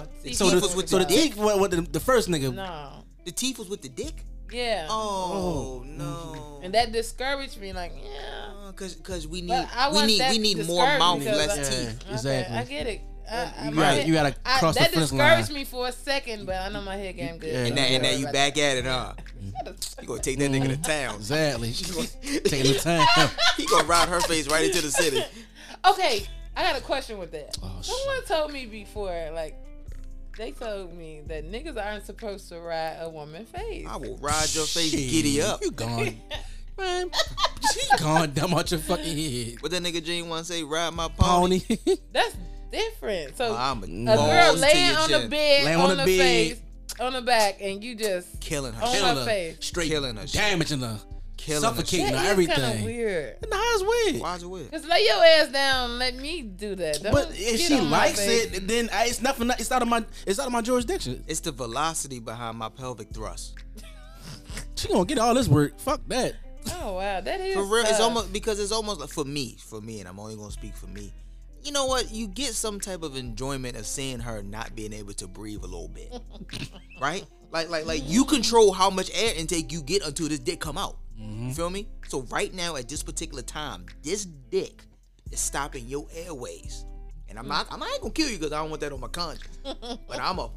No, The teeth teeth So the, was with so the the dick. teeth went with the, the first nigga. no. The teeth was with the dick. Yeah. Oh, no. And that discouraged me, like, yeah. Because Uh, cause we need But I we wasn't need that we need more discouraged mouth, because less I- teeth. Exactly. Okay, I get it. I, I, You my gotta- head- you gotta I- cross the that finish discouraged line. me for a second, but I know my head game good. Yeah. Don't And And now, and now worry you about back at it, huh? You gonna take that nigga to town? Exactly. She taking the time. He gonna ride her face right into the city. it. Okay, I got a question with that. Oh, Someone told me before, like they told me that niggas aren't supposed to ride a woman face. I will ride your face, Shit, giddy up. You gone, man? She gone dumb out your fucking head, What that nigga Gene want to say? Ride my pony. Oh, pony. That's different. So I'm a, a girl balls to laying your on chin. the bed, Laying on, on the the bed. face, on the back, and you just killing her, on shit. Killing her her. face. straight Killing her shit. damaging her, killing suffocating her. her, That is kind of everything. weird. Nah, it's Shit. weird. Why is it weird? Cause lay your ass down, and let me do that. Don't But if get she on my likes face. it, then I, it's nothing. It's out of my. It's out of my jurisdiction. It's the velocity behind my pelvic thrust. She gonna get all this work. Fuck that. oh wow, that is For real, it's tough. almost because it's almost like for me, for me, and I'm only gonna speak for me. You know what? You get some type of enjoyment of seeing her not being able to breathe a little bit, right? Like, like, like you control how much air intake you get until this dick come out. You feel me? So right now, at this particular time, this dick is stopping your airways, and I'm not, I'm not gonna kill you because I don't want that on my conscience. but I'm a,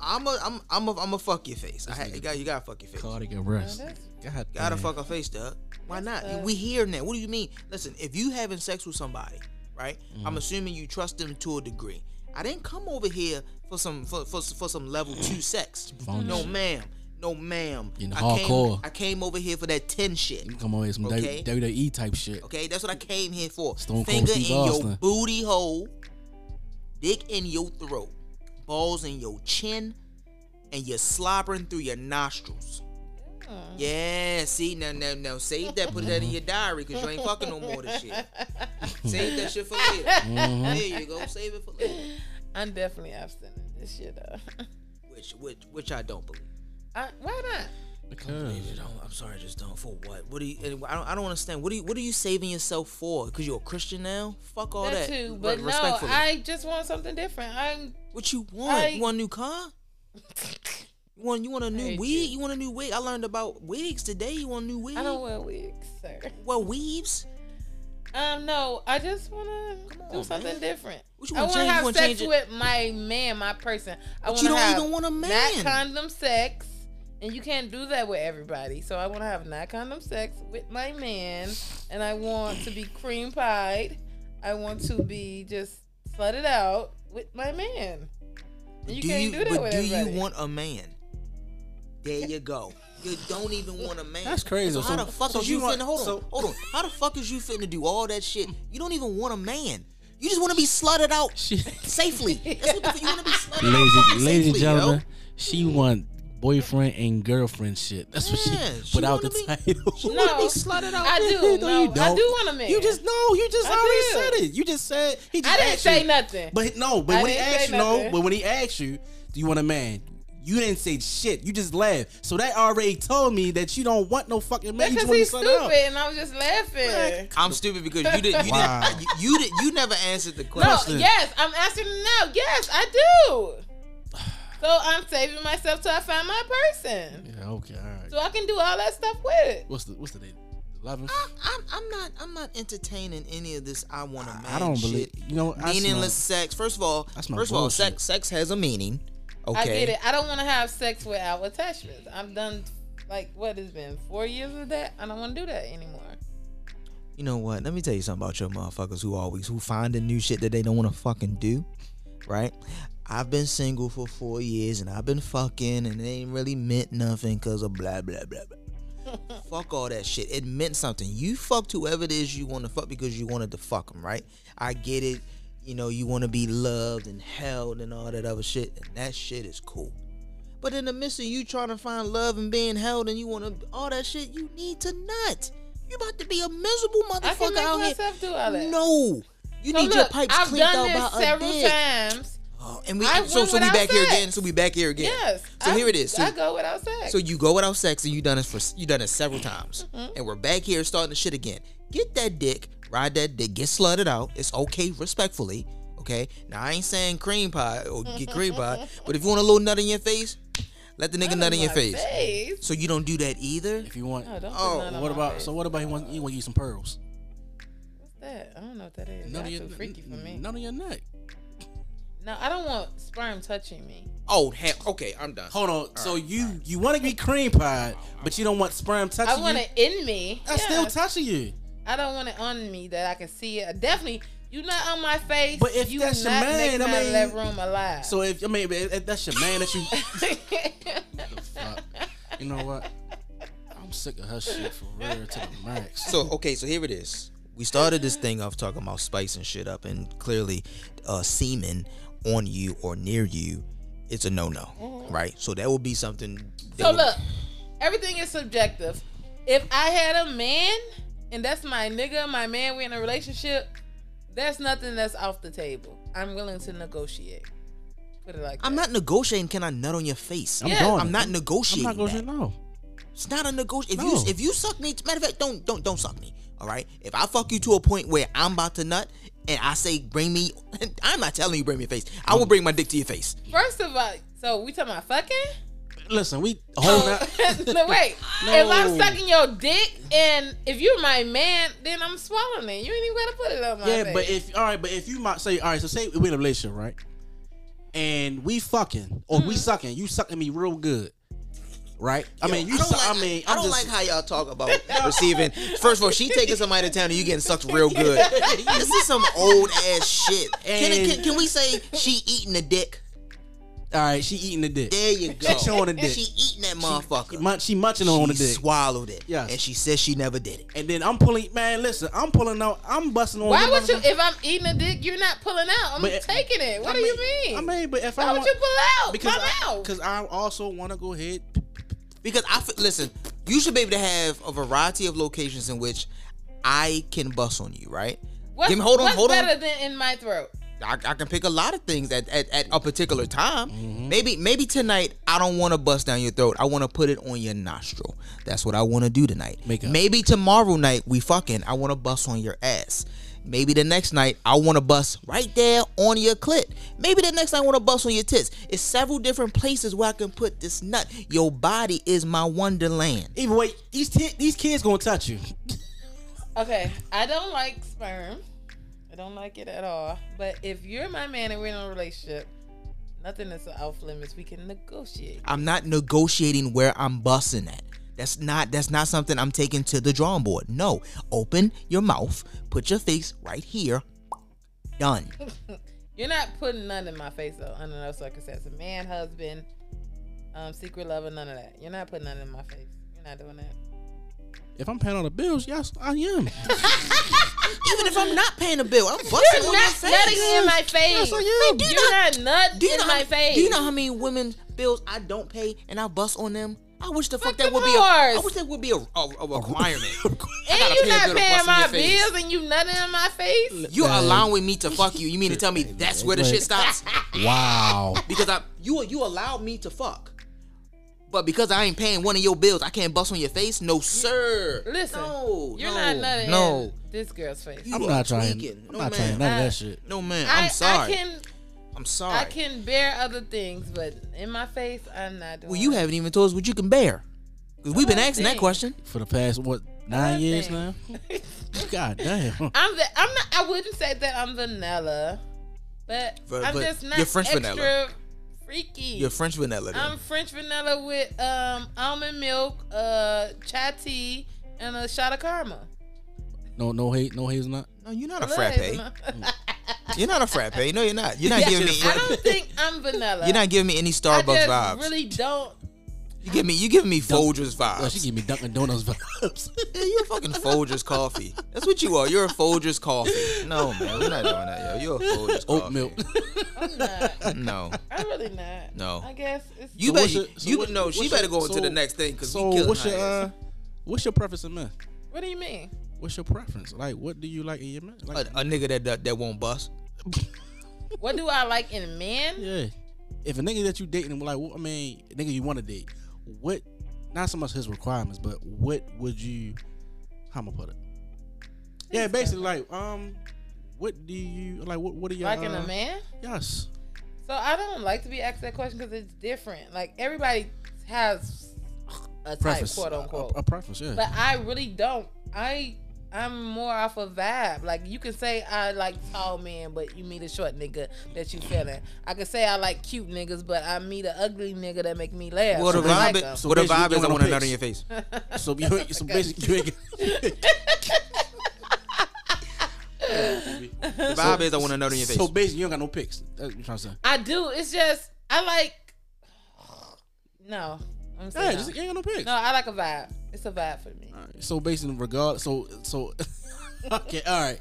I'm a, I'm, I'm a, I'm a fuck your face. I, you got, you gotta fuck your face. Cardiac arrest. that's- God Gotta damn. fuck her face, Doug. Why not? we here now. What do you mean? Listen, if you having sex with somebody, right? Mm-hmm. I'm assuming you trust them to a degree. I didn't come over here for some for for, for some level two sex. phony No, shit. ma'am. No, ma'am. Getting I hardcore. Came, I came over here for that ten shit. Come on, it's some Okay. WWE type shit. Okay, that's what I came here for. Stone Cold Finger in Steve your Austin. booty hole, dick in your throat, balls in your chin, and you're slobbering through your nostrils. Mm. Yeah, see now, now, now, save that. Put that in your diary because you ain't fucking no more of this shit. save that shit for later. Mm-hmm. There you go. Save it for later. I'm definitely abstinent this year though. Which, which, which I don't believe. I, why not? Because You don't- I'm sorry, just don't. For what? What do you? and I don't. I don't understand. What do you? What are you saving yourself for? Because you're a Christian now. Fuck all that that. too, but Re- no, I just want something different. I'm What you want? I- You want a new car? You want you want a new hate wig? you. You. want a new wig? I learned about wigs today. You want a new wig? I don't wear wigs, sir. Well, weaves. Um, no, I just wanna on, do something man. different. What you I wanna wanna change? You have wanna change sex it? with my man, my person. I But wanna you don't have even want a man. Not condom sex, and you can't do that with everybody. So I wanna have not condom sex with my man, and I want to be cream pied. I want to be just slutted out with my man. And you can't do that but with do everybody. you want a man? There you go. You don't even want a man. That's crazy. So how So- the fuck so is you you want- finna hold on? so- hold on. How the fuck is you finna do all that shit? You don't even want a man. You just want to be slutted out she, safely. That's what the fuck you want to be slutted ladies, out fucking ladies and safely, yo. gentlemen, she want boyfriend and girlfriend shit. That's what she Yeah, put she out the wanna be- title. You want to be slutted out. I do. No, you No, I don't. do want a man. You just no. You just I already do. said it. You just said he. Just I didn't asked say you. nothing. But no. But I when he didn't say asked you, no. nothing. But when he asked you, do you want a man? You didn't say shit. You just laughed. So that already told me that you don't want no fucking man. You just because want to he's slut stupid, it out. and I was just laughing. I'm stupid because you didn't. You Wow. didn't. You, you did. You never answered the No, question. yes, I'm answering now. Yes, I do. So I'm saving myself till I find my person, Yeah. Okay. All right. so I can do all that stuff with it. What's the What's the date? Eleventh. Ah. I'm, I'm, I'm not. I'm not entertaining any of this. I want a man. I don't believe. shit. You know. I meaningless smell- sex. First of all, I first smell of all, bullshit. sex sex has a meaning. Okay. I get it. I don't want to have sex without attachments. I'm done. Like what has been four years of that? I don't want to do that anymore. You know what? Let me tell you something about your motherfuckers who always who finding new shit that they don't want to fucking do. Right? I've been single for four years and I've been fucking and it ain't really meant nothing because of blah blah blah blah. fuck all that shit. It meant something. You fucked whoever it is you want to fuck because you wanted to fuck them, right? I get it. You know, you want to be loved and held and all that other shit, and that shit is cool. But in the midst of you trying to find love and being held and you want to all that shit, you need to nut. You about to be a miserable I can motherfucker make out myself do all that. here. No. You So need look, your pipes I've cleaned done this out by a several dick. times. Oh, and we I so went so we without back here sex. again. So we back here again. Yes. So I- here it is. So, I go without sex. so you go without sex and you done it for you done it several times, Mm-hmm. and we're back here starting the shit again. Get that dick, ride that dick, get slutted out. It's okay, respectfully. Okay. Now I ain't saying cream pie or get cream pie, but if you want a little nut in your face, let the nigga nut in your my face. So you don't do that either. If you want. No, don't put Oh, none on What my about face. so? What about he want? He want you some pearls? What's that? I don't know what that is. None of That's your too freaky for me. None of your neck. No, I don't want sperm touching me. Oh, hell. Okay, I'm done. Hold on. so you you want to be cream pie, but you don't want sperm touching I want you. it in me. That's Yeah. still touching you. I don't want it on me that I can see it. Definitely, you not on my face. But if you that's your not man, making I out of mean- that room alive. So if I mean, if if that's your man that you, you know what? I'm sick of her shit for real to the max. So okay, so here it is. We started this thing off talking about spicing shit up, and clearly, uh, semen on you or near you, it's a no-no, right? So that would be something. that Mm-hmm. So would- look, everything is subjective. If I had a man and that's my nigga, my man, we're in a relationship, that's nothing that's off the table. I'm willing to negotiate. Put it like I'm that. not negotiating. Can I nut on your face? I'm Yeah. doing I'm it. not I'm negotiating. not going that. to no. It's not a negotiation. If No. you if you suck me, matter of fact, don't don't don't suck me. All right. If I fuck you to a point where I'm about to nut, and I say bring me, I'm not telling you bring me your face. I Mm. will bring my dick to your face. First of all, so we talking about fucking? Listen, we hold no, up. wait. If No. I'm sucking your dick and if you're my man, then I'm swallowing it. You ain't even gotta put it on my Yeah, face. but if all right, but if you might say all right, so say we in a relationship, right? And we fucking or Hmm. we sucking, you sucking me real good, right? I mean, you. I don't, suck, like, I mean, I I'm don't just, like how y'all talk about receiving. First of all, she taking somebody to town and you getting sucked real good. This is some old ass shit. Can, it- can, can we say she eating a dick? all right. She eating the dick. There you go. She chewing the dick. She eating that motherfucker. She, mun- she munching on the She dick. swallowed it. Yes. And she says she never did it. and then I'm pulling. Man, listen, I'm pulling out. I'm busting on. Why your would you? motherfucker- If I'm eating a dick, you're not pulling out. I'm But- taking it. What I do you mean? I mean, but if I Why would want- you pull out? because Come I, out. because I also want to go ahead. Because I f- listen, you should be able to have a variety of locations in which I can bust on you, right? What's, Give me- hold on, what's hold on. better than in my throat? I, I can pick a lot of things at, at, at a particular time. Maybe maybe tonight I don't want to bust down your throat. I want to put it on your nostril. That's what I want to do tonight. Make up. Maybe tomorrow night we fucking. I want to bust on your ass. Maybe the next night I want to bust right there on your clit. Maybe the next night I want to bust on your tits. It's several different places where I can put this nut. Your body is my wonderland. Either way, these t- these kids gonna touch you. Okay, I don't like sperm. I don't like it at all. But if you're my man and we're in a relationship, nothing is off limits. We can negotiate. I'm not negotiating where I'm busting at. That's not that's not something I'm taking to the drawing board. No. Open your mouth, put your face right here. Done. You're not putting none in my face though, under no circumstances. Man, husband, um, secret lover, none of that. You're not putting none in my face. You're not doing that. If I'm paying all the bills, yes, I am. Even if I'm not paying a bill, I'm busting You're on not your nutting face. in my face. Yes, I am. do you You're not- not nut do you in know how my many- face. Do you know how many women's bills I don't pay and I bust on them? I wish the fuck Fuck that the would be a, I bars. wish that would be a, a- a requirement. and gotta you're pay a not bill to paying bust in my your face. bills, and you nutting in my face. You're allowing me to fuck you. You mean to tell me that's where the shit stops? Wow. because I you you allowed me to fuck. But because I ain't paying one of your bills, I can't bust on your face. No, sir. Listen, no, you're no, not nutting No, in this girl's face. You I'm are not trying. tweaking. I'm No, not man. Ah. trying none of I- that shit. no, man. I, I'm sorry. I can I'm sorry. I can bear other things, but in my face, I'm not doing. Well, you it. haven't even told us what you can bear. Because we've been asking that dang. question. for the past what nine Nothing. years now. God damn. I'm the, I'm not. I wouldn't say that I'm vanilla, but But- I'm but just not you're French extra vanilla. freaky. Your French vanilla. then. I'm French vanilla with um almond milk, uh chai tea, and a shot of karma. No, no hate, no hazelnut. no, you're not a Look, frappe. You're not a frappe. No, you're not. You're not giving me. I don't think I'm vanilla. You're not giving me any I Starbucks just vibes. really don't. You give me. You giving me Folgers vibes. Oh, she give me Dunkin' Donuts vibes. Yeah, you're fucking Folgers coffee. That's what you are. You're a Folgers coffee. No, man, we're not doing that, yo. You're a Folgers Oat coffee. milk. I'm not. No. I'm really not. No. I guess it's You So better, what's your- so you what's- no. She what's better your- go into so- the next thing because so we killing what's her your ass. uh, what's your preference in men? What do you mean? What's your preference? Like, what do you like in your men? a, Like, a nigga that, that that won't bust. What do I like in men? yeah. If a nigga that you dating, like, what- I mean, a nigga you want to date, what? Not so much his requirements, but what would you? How I'ma put it? Yeah, basically, like, um, what do you like? What What are your Like in uh, a man? Yes. So I don't like to be asked that question because it's different. Like everybody has a type, Preference. quote unquote. Uh, A, a preference. Yeah. but I really don't. I I'm more off a vibe. Like you can say I like tall men, but you meet a short nigga that you feeling. I can say I like cute niggas, but I meet an ugly nigga that make me laugh. Well, the So I like vibe, them. is- So well, the basically, vibe you is I wanna want a nut piss. in your face. So you, ain't- so basically, you ain't. The vibe is I want a nut in your face. So basically, you don't got no picks. That's what I'm trying to say. I do. It's just I like. No, I'm Yeah, saying just no. you ain't got no picks. No, I like a vibe. It's a vibe for me. So based in regard, so so okay, all right.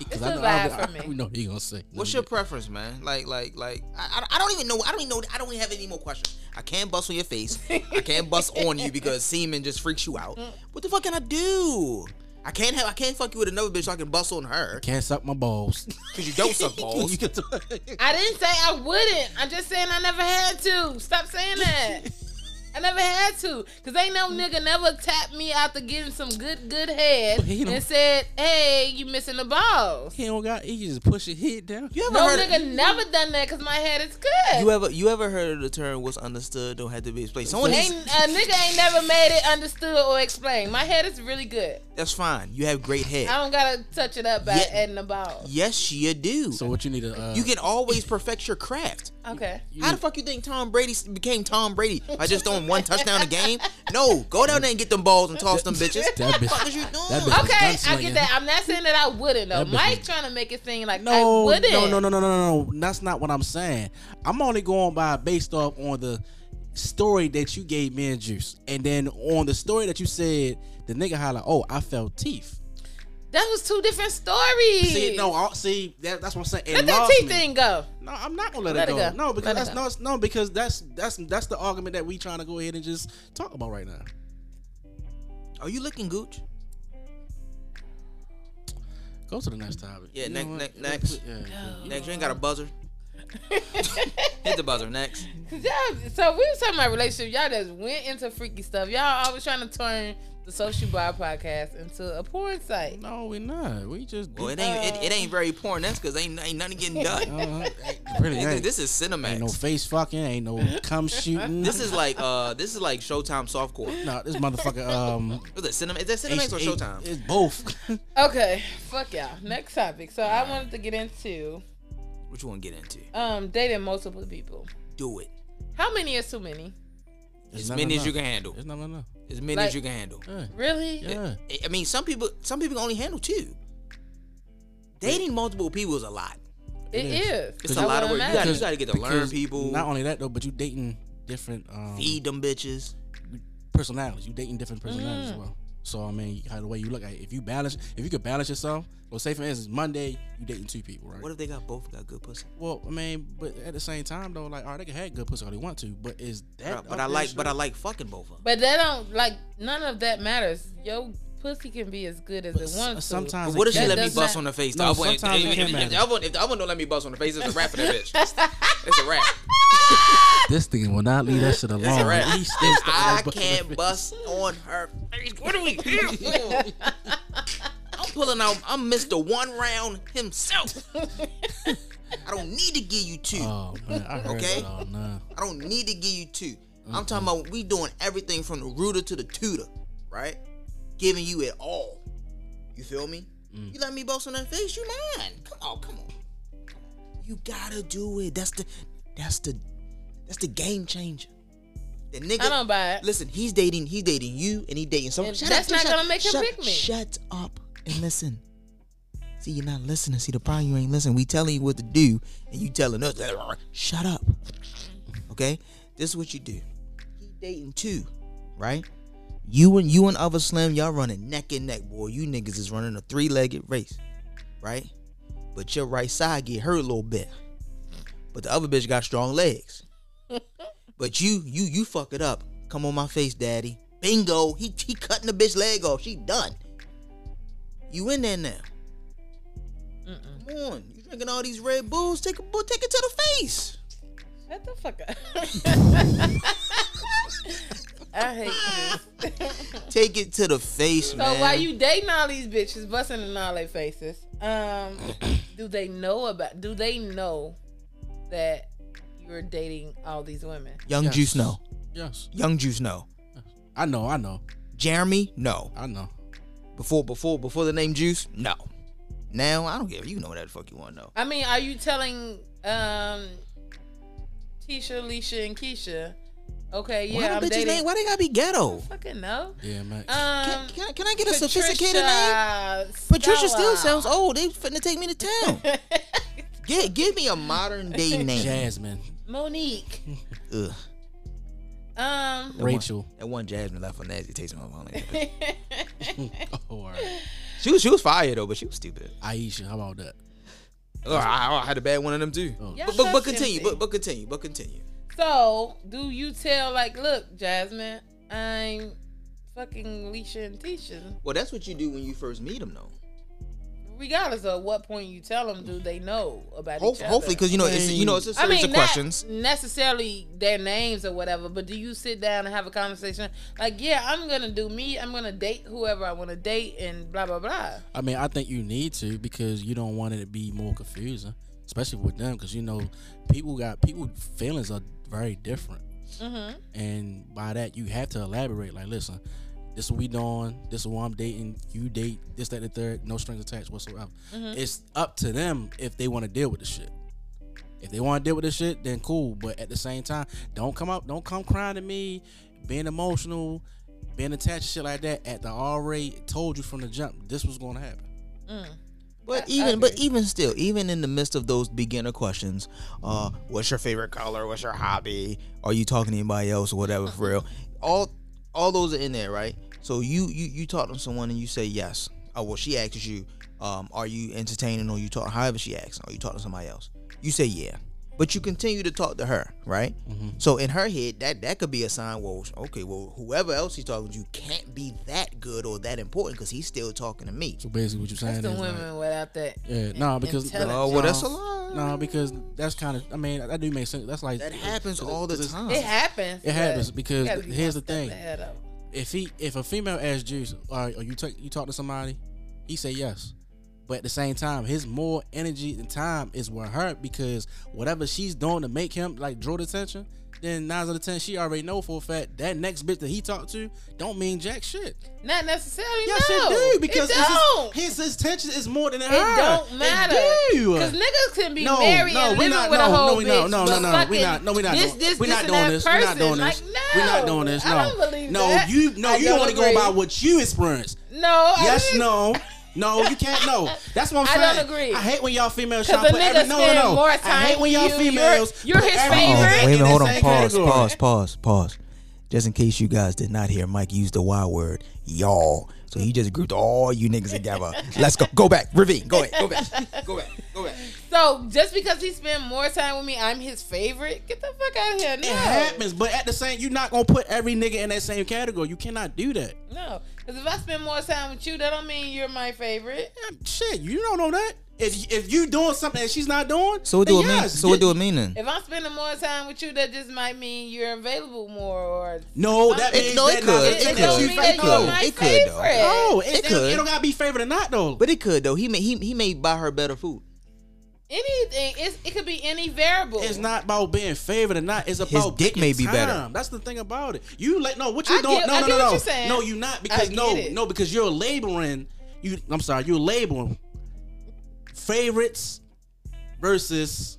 Because It's I a know, vibe I, for I, me. We know what he gonna say. What's your preference, man? Like, like, like. I, I- I don't even know. I don't even know. I don't even have any more questions. I can't bust on your face. I can't bust on you because semen just freaks you out. What the fuck can I do? I can't have. I can't fuck you with another bitch. So I can bust on her can't suck my balls? because you don't suck balls. You can- I didn't say I wouldn't. I'm just saying I never had to. Stop saying that. I never had to. Cause ain't no nigga never tapped me after getting some good, good head But he don't- and said, hey, you missing the balls. he don't got. He can just push his head down. You ever No heard? nigga never done that cause my head is good. you ever you ever heard of the term "what's understood don't have to be explained"? Someone ain't, needs, a nigga ain't never made it understood or explained. My head is really good. that's fine. You have great head. I don't gotta touch it up by Yeah. adding the balls. Yes, you do. So what you need to? Uh, you can always perfect your craft. Okay. How the fuck you think Tom Brady s- became Tom Brady by just throwing one touchdown a game? No, go down there and get them balls and toss them bitches. That bitch- fuck is you doing? that bitch- Okay, Gunslinging. I get that. I'm not saying that I wouldn't though. That bitch Mike was- trying to make it seem like I no, wouldn't. no, no, no, no, no, no, no. That's not what I'm saying. I'm only going by based off on the story that you gave me and Juice, and then on the story that you said the nigga holla, "Oh, I felt teeth." That was two different stories. See, no, I, see, that, that's what I'm saying. It Let that lost tea me. thing go. No, I'm not gonna let, Let it, it go. go. No, Let because it that's go. no, no, because that's that's that's the argument that we trying to go ahead and just talk about right now. Are you looking gooch? Go to the next topic. Yeah, You next- know what? next- next. Yeah, yeah. Next, you ain't got a buzzer. Hit the buzzer. Next. Y'all, so we was talking about relationship. Y'all just went into freaky stuff. Y'all always trying to turn the social bar podcast into a porn site. No, we not. We just. Well, it ain't it, it ain't very porn. That's because ain't ain't nothing getting done. Uh, really Nigga, ain't. This is ain't no Cinemax. face fucking. Ain't no cum shooting. This is like uh this is like Showtime softcore. no. This motherfucker. Um. Was it cinema? Is that Cinemax or H- H- Showtime? It's both. Okay, fuck y'all. Next topic. So I wanted to get into What you want to get into? um dating multiple people. Do it. How many is too many? As not many as enough. you can handle. It's not enough. As many Like- as you can handle. Eh, Yeah. Really? Yeah. I- I mean, some people some people can only handle two. Dating multiple people is a lot. It is. is. It's I a lot of work. wouldn't You imagine. gotta, you gotta get to learn Because people, Not only that though, but you dating different um, feed them bitches. personalities. You dating different personalities Mm. as well. So I mean, how the way you look at it, if you balance, if you could balance yourself, well, say for instance, Monday you dating two people, right? What if they got both got good pussy? well, I mean, but at the same time though, like, all right, they can have good pussy all they want to, but is that? But I like, but I like fucking both of them. But that don't like none of that matters. Your pussy can be as good as But it s- wants to. sometimes But what it if she can't. let That me does bust not- on the face? No, the other one- if, sometimes it if- can't if- if the matter. other one, if the other one don't let me bust on the face, it's a wrap for that bitch. It's a wrap. this thing will not leave that shit alone. It's a wrap. At least this the- I but- can't bust on her face. What do we do? I'm pulling out. I'm Mr. One Round himself. I don't need to give you two. Oh man, I heard Okay. that all night. I don't need to give you 2 i I'm talking about we doing everything from the rooter to the tutor, right? Giving you it all. You feel me? You let me boast on that face, you mine. Come on, come on. You gotta do it. That's the that's the that's the game changer. The nigga I don't buy it. listen, he's dating, he's dating you and he dating someone. And that's not shut- gonna make him shut- pick me. Shut up and listen. See, you're not listening. See, the problem you ain't listening. We telling you what to do, and you telling us, shut up. Okay, this is what you do. He dating two, right? You and you and other slim, y'all running neck and neck, boy. You niggas is running a three-legged race, right? But your right side get hurt a little bit, but the other bitch got strong legs. But you, you, you fuck it up. Come on my face, daddy. Bingo. He, he cutting the bitch leg off. She done. You in there now? Come on. You drinking all these Red Bulls? Take a bull. Take it to the face. Shut the fuck up. I hate this. Take it to the face, So man. while you dating all these bitches, busting in all their faces, um, do they know about? Do they know that you're dating all these women? Young Yes. Juice, no. Yes, Young Juice, no. I know, I know, Jeremy, no. I know. Before before before the name Juice, no. Now I don't give. You know what the fuck you want to know. I mean, are you telling um Tisha, Leisha, and Keisha? Okay, Why yeah, the I'm bitch's dating. name? Why they gotta be ghetto? Fucking no. Yeah, man. Um, Can, can, I- can I get a Patricia sophisticated name? Patricia still Stella. sounds old. They finna take me to town. Get, give me a modern day name. Jasmine, Monique. Ugh. Um, Rachel. That one Jasmine left on nasty taste in my mouth. Or She was she was fire though, but she was stupid. Aisha. How about that? Oh, I, I had a bad one of them too. Oh. Y'all But, but, so but continue. tempting. But, but continue. But continue. so, do you tell like, look, Jasmine, I'm fucking Leisha and Tisha. Well, that's what you do when you first meet them though. Regardless of what point you tell them, do they know about Ho- each other? hopefully, because you know it's you know it's a I series mean, of not questions. necessarily their names or whatever, but do you sit down and have a conversation? Like, yeah, I'm gonna do me. I'm gonna date whoever I want to date, and blah blah blah. I mean, I think you need to because you don't want it to be more confusing, especially with them, because you know people got people feelings are very different, Mm-hmm. and by that you have to elaborate. Like, listen, this is what we doing. This is what I'm dating. You date this, that, and the third. No strings attached whatsoever. It's up to them if they want to deal with the shit. If they want to deal with this shit, then cool. But at the same time, don't come up, don't come crying to me, being emotional, being attached, shit like that. At the already told you from the jump, this was gonna happen. But even but even still, even in the midst of those beginner questions, uh, what's your favorite color? What's your hobby? Are you talking to anybody else or whatever for real? All all those are in there, right? So you you you talk to someone and you say yes. Oh well, she asks you, um, are you entertaining or you talk? However she asks, or you talk to somebody else. You say yeah, but you continue to talk to her, right? So in her head, that that could be a sign. Well, okay, well whoever else he's talking to can't be that good or that important because he's still talking to me. So basically, what you're That's saying the is, like, women without that. yeah, nah, because intelligence. Oh well, that's a No. lie. nah, because that's kind of. I mean, that do make sense. That's like That happens all the time. It happens. It happens but because you gotta be here's one the step thing. ahead of 'em. if he if a female asks Juice, all right, are you talk you talk to somebody? He say yes. But at the same time, his more energy and time is with her because whatever she's doing to make him like draw the attention, then nine out of ten she already know for a fact that next bitch that he talked to don't mean jack shit. Not necessarily. Yes, no. it do because it it's his- don't. his, his attention is more than her. it don't matter. It Ah, do. Cause niggas can be No, married no, and we living not- with no, a whole no, we bitch. not- no, but no, no, fucking we not- no, we not this, doing- this, we this not and doing that this. We not person. doing this. Like, we no, not doing this. No, I don't believe no, that. you no, I you don't want to go agree. by what you experience. No. I Yes, mean- no. No, you can't know. That's what I'm I saying. don't agree. I hate when y'all females try Because to the put every nigga no, no, spend no. more I time hate when y'all you. You're- females. you're put his every- Oh, favorite. wait a in minute, the hold on. same Pause, category. pause, pause, pause. Just in case you guys did not hear Mike use the Y word, y'all. So he just grouped all you niggas together. Let's go. Go back. Ravine. Go ahead. Go back. Go back. Go back. So just because he spent more time with me, I'm his favorite. Get the fuck out of here. No. It happens, but at the same, you're not gonna put every nigga in that same category. You cannot do that. No. Because if I spend more time with you, that don't mean you're my favorite. Yeah, Shit, you don't know that. If if you doing something that she's not doing, So what then do it mean? yes, So what yeah. do it mean then? If I'm spending more time with you, that just might mean you're available more or No, that It- means no, it that not- could. that It don't could. mean It that could. no. It could, though. No, Oh, it, It it, could. it don't gotta be favorite or not though. But it could though. He may he, he may buy her better food. anything. It's, it could be any variable. It's not about being favored or not. It's about dick picking may be time. better. That's the thing about it. You like no, what you I don't. get- no, I no, get no, what no. you're saying. No, you not I because get no, it. no, because you're laboring. You, I'm sorry, you're laboring favorites versus.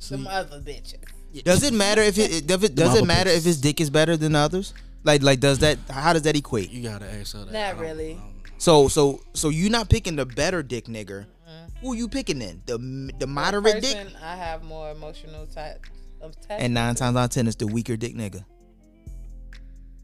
some other bitches. Does it matter if it, it- does it does it mama matter if his dick is better than the others? Like like does that how does that equate? You gotta ask her that. Not I don't- really. I don't- So so so you not picking the better dick nigger. Who you picking then? The the moderate dick Mm-hmm. Person, I have more emotional type of type. and nine times out of ten it's the weaker dick nigga.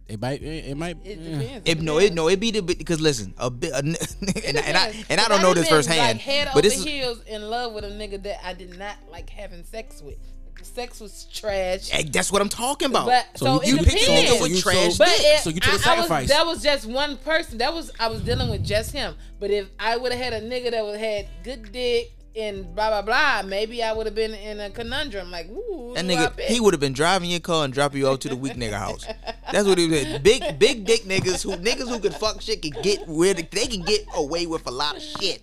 It might. It, it might. it yeah. depends. It, no, it no, it be the because listen, a bit, a, n- and, I- and I depends. and I 'Cause don't done know this been, Like, firsthand, head but over this is heels in love with a nigga that I did not like having sex with. The sex was trash. eh, that's what I'm talking about. But So so, you- it you picked a depends. nigga with So you- trash but dick. it, So you took I- a I was- sacrifice. that was just one person. That was I was dealing with just him. But if I would have had a nigga that would had good dick and blah blah blah, maybe I would have been in a conundrum. Like, ooh, that who do I nigga, pick? he would have been driving your car and dropping you off to the weak nigga house. That's what he was. Big big dick niggas who niggas who can fuck shit can get where the- they can get away with a lot of shit.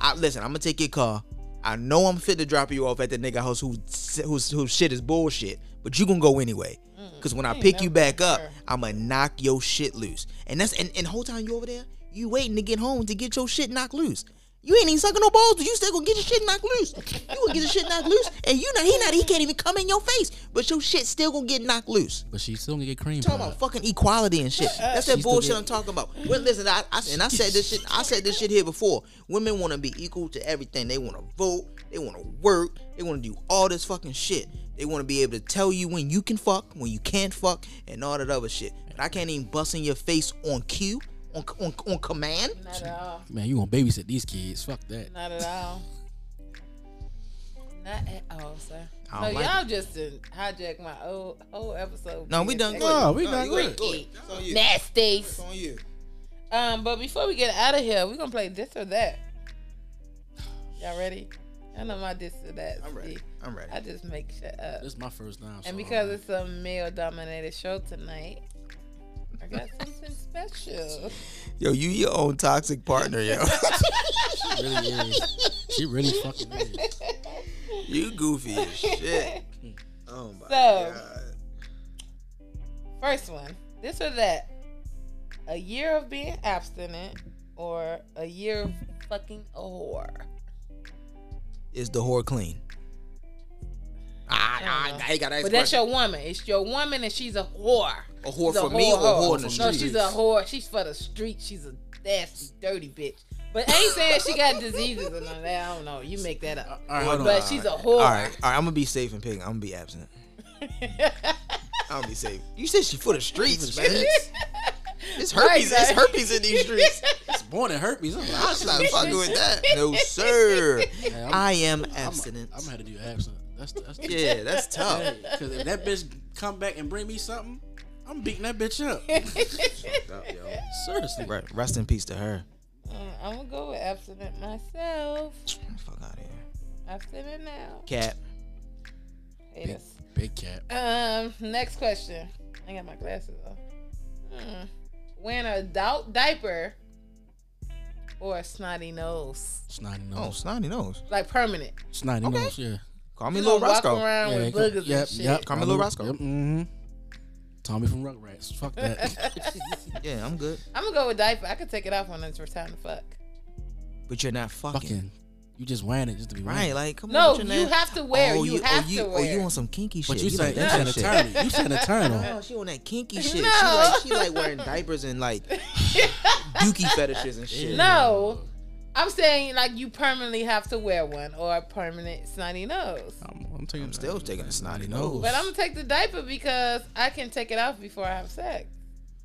I, listen, I'm gonna take your car. I know I'm fit to drop you off at the nigga house who whose whose shit is bullshit, but you gonna go anyway. Cause when I Mm. ain't pick you never back been up, fair. I'ma knock your shit loose. And that's and, and the whole time you over there, you waiting to get home to get your shit knocked loose. You ain't even sucking no balls, but you still gonna get your shit knocked loose. You gonna get your shit knocked loose, and you not he not he can't even come in your face, but your shit still gonna get knocked loose. But she still gonna get cream. Talking pie. about fucking equality and shit. That's that She's still bullshit good. I'm talking about. Well, listen, I, I and I said this shit. I said this shit here before. Women want to be equal to everything. They want to vote. They want to work. They want to do all this fucking shit. They want to be able to tell you when you can fuck, when you can't fuck, and all that other shit. But I can't even bust in your face on cue, on on, on command. Not at all. Man, you gonna babysit these kids? Fuck that. Not at all. Not at all, sir. I So don't like y'all just didn't hijack my old whole episode. No, we done. Go No, we not you ain't good. good. It's on you. Nasties. It's on you. Um, but before we get out of here, we're gonna play this or that. Y'all ready? I know my this or that. I'm ready. See, I'm ready. I just make shit up. This is my first time. so And I'm- because it's a male dominated show tonight, I got something special. Yo, you your own toxic partner, yo. she really is. She really fucking is. you goofy as shit. Oh my So- god. First one, this or that. A year of being abstinent or a year of fucking a whore. Is the whore clean? I Ah, don't I, I got But that's your woman. It's your woman and she's a whore. A whore She's a for me or whore in the No, streets? she's a whore. She's for the street. She's a nasty, dirty bitch. But I ain't saying she got diseases or none of that. I don't know. You make that up. All right, hold on. But she's a whore. All right, all right. I'm gonna be safe and picking. I'm gonna be absent. I'm gonna be safe. You said she for the streets, man. It's herpes. Right, It's right. herpes in these streets. It's born in herpes. I'm like, I'm not fucking with that. No sir. hey, I'm, I am I'm- abstinent. I'm, gonna have to do absent. That's the, that's the Yeah, that's tough. Because if that bitch come back and bring me something, I'm beating that bitch up. Seriously. Right. Rest in peace to her. Um, I'm gonna go with abstinent myself. Fuck out of here. Abstinent now. Cat. Yes. Big cat. Um. Next question. I got my glasses off. Hmm. Wearing an adult diaper or a snotty nose, Snotty Oh, nose. snotty nose. like permanent. Snotty Oh. okay. nose, yeah. Call me You Lil gonna walk Roscoe. around yeah with come- boogers yep, and shit. Yep. Carmelo Carmelo- Roscoe. Yep, mm-hmm. Tommy from Rugrats. Fuck that. Yeah, I'm good. I'm gonna go with diaper. I could take it off when it's time to fuck. But you're not fucking. Fucking. You just wearing it just to be wearing Right, it. like come No, on. with your you name. have to wear. Oh, you, have oh, you, to Oh, wear. you on some kinky shit? But you like said you that said kinda a shit. turn. You said a turn on. No, she on that kinky shit. She No. like she like wearing diapers and like dookie fetishes and shit. no, I'm saying like you permanently have to wear one or a permanent snotty nose. I'm, I'm taking I'm still taking a snotty nose. But I'm gonna take the diaper because I can take it off before I have sex.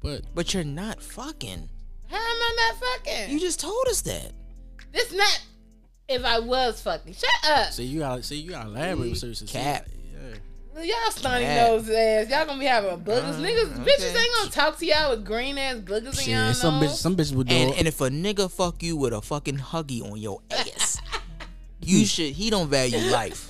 But But you're not fucking. How am I not fucking? You just told us that. This not if I was fucking. Shut up. see you gotta see you gotta elaborate with seriously. See, Cap. Yeah. Y'all snotty Mad. nose ass. Y'all gonna be having boogers. Niggas, okay. bitches ain't gonna talk to y'all with green ass boogers in y'all Mm, Shit, some bitch nose. some bitch would do And it. and if a nigga fuck you with a fucking huggy on your ass, you should. He don't value life.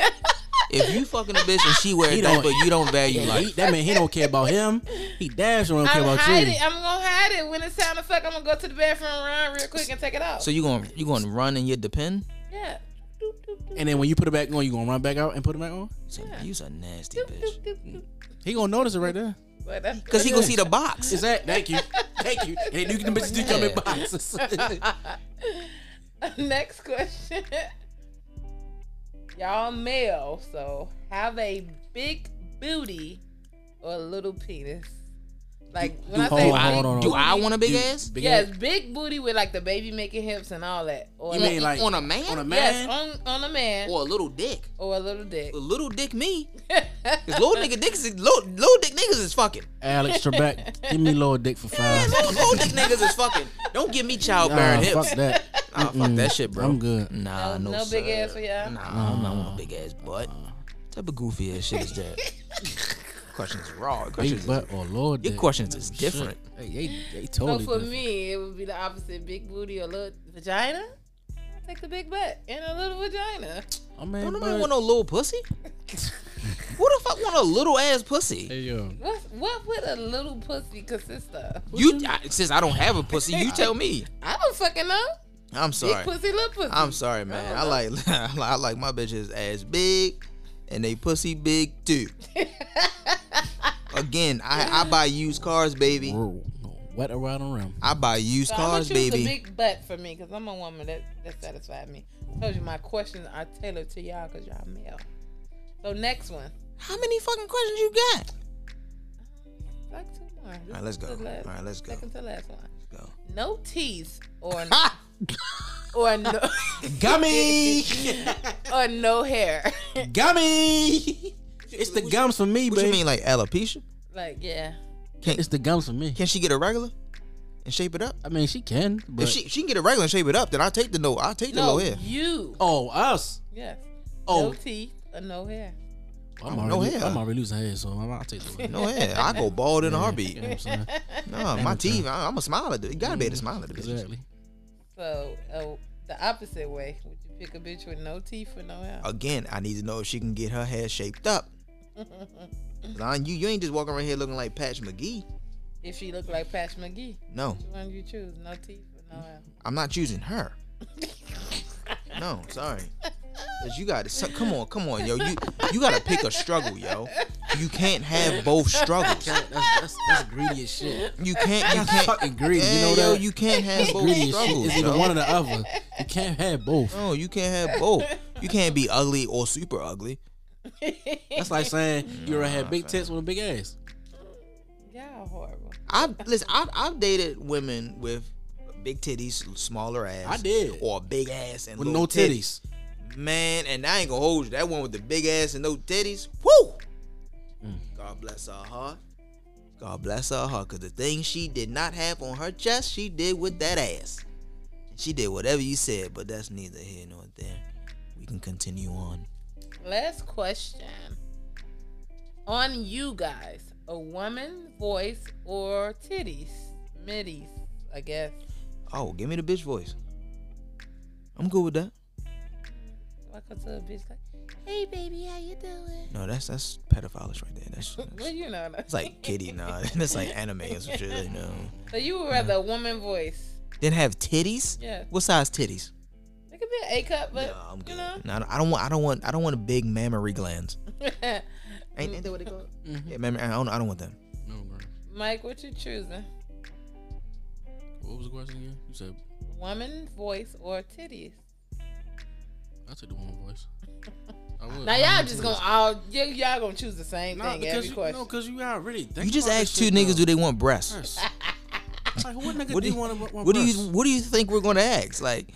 If you fucking a bitch and she wear a He don't- diaper, you don't value Yeah, he, life. that man, he don't care about him. He dash don't care I'm about hide you. it. I'm gonna hide it. When it's time to fuck, I'm gonna go to the bathroom, run real quick, and take it off. So you gonna you gonna run in your depend? yeah. Doop, doop, doop, And then when you put it back on, you gonna run back out and put it back on. So Yeah. you's a nasty doop, bitch. doop, doop, doop. He gonna notice it right there. But that's- Cause he gonna see the box. Is that? Thank you, thank you. And you can bitches do come in Yeah. boxes. Next question. Y'all male, so have a big booty or a little penis. Like when I oh, hold say on, big, hold on, hold Do I booty- want a big ass? Big yes, ass. big booty with like the baby making hips and all that. Or You like, mean like on a man? on a yes, man? on on a man or, or a little dick? a little dick. A little dick me. Cause little nigga dicks is little, little dick niggas is fucking. Alex Trebek, give me little dick for five. Little, little dick niggas is fucking. Don't give me Nah, childbearing fuck hips. that. Nah, fuck that shit, bro. I'm good. Nah, No- no, no big sir. ass for y'all? Nah, I'm not want a big ass butt. What type of goofy ass shit is that? question is raw. Question Big is, butt or little dick. your questions is Shit. different. Hey, they, they So totally. for different. me, it would be the opposite: big booty or little vagina. I'll Take the big butt and a little vagina. I mean, Don't nobody but- want no little pussy. Who the fuck want a little ass pussy? Hey yo, What what would a little pussy consist of? You I, since I don't have a pussy, you tell me. I don't fucking know. I'm sorry. Big pussy, little pussy. I'm sorry, man. I like I like my bitches ass big and they pussy big too. Again, I, I buy used cars, baby. Whoa. Wet around the rim. I buy used So cars, I'm gonna choose baby. the big butt for me because I'm a woman that that satisfied me. told you my questions are tailored to y'all because y'all male. So next one, How many fucking questions you got? like two more. All right, let's go. All right, let's go. Second to last one. Go. No teeth or Ha! or no Gummy! or no hair. Gummy! It's the gums for me, What baby. you mean, like alopecia? like yeah, It's the gums for me. Can she get a regular and shape it up? I mean, she can, but If she she can get a regular and shape it up, then I'll take the no. I'll take the no low hair. you. oh us. Yes. Oh. No teeth or no hair. I'm Oh, no already, hair. I'm already losing hair, so I'm, I'll take the No hair. I go bald in a You heartbeat. know what I'm saying? No, my teeth. I, I'm a smiler. Dude. You gotta be able to smile at the bitches. Mm-hmm. Exactly. So oh, the opposite way. Would you pick a bitch with no teeth or no hair? Again, I need to know if she can get her hair shaped up. Lon, you you ain't just walking around here looking like Patch McGee. If she looked like Patch McGee, No, which one do you choose? No teeth or no hair? I'm not choosing her. No, sorry. 'Cause you got to come on, come on, yo. You you gotta pick a struggle, yo. You can't have both struggles. That's, that's, that's greedy as shit. You can't. You can't. Fucking greedy. Hey, You know yo, that? you can't have both greedy as shit struggles. is either yo. one or the other. You can't have both. No, you can't have both. You can't be ugly or super ugly. That's like saying Mm, you ever had big tits with a big ass. Y'all horrible. I listen. I've, I've dated women with big titties, smaller ass. I did. or a big ass and With little no titties. Man, and I ain't gonna hold you. That one with the big ass and no titties. Woo! Mm. God bless her heart. God bless her heart. Cause the thing she did not have on her chest, she did with that ass. She did whatever you said, but that's neither here nor there. We can continue on. Last question. On you guys, a woman voice or titties, middies, I guess. Oh, give me the bitch voice. I'm good with that. I come to a bitch like, "Hey, baby, how you doing?" No, that's that's pedophilish right there. That's, Well, that's you know. that. it's like kitty, nah. That's like anime or some shit, you know. so you would rather a woman voice? Then have titties. Yeah. What size titties? It could be an A cup, but No, I'm you good. know. No, I don't- I don't want. I don't want. I don't want a big mammary glands. Mm-hmm. Ain't, ain't that what they call it? Mm-hmm. Yeah, mammary. I don't. I don't want them. No, bro. Mike, what you choosing? What was the question again? You said Woman voice or titties? I took the woman voice. I Mm, would. Now y'all just gonna all y- y'all gonna choose the same Nah, thing every because you, question. no, because you already. You just asked two niggas do they want breasts. Like, what nigga What do do you you- want? to What do you What do you think we're gonna ask? Like,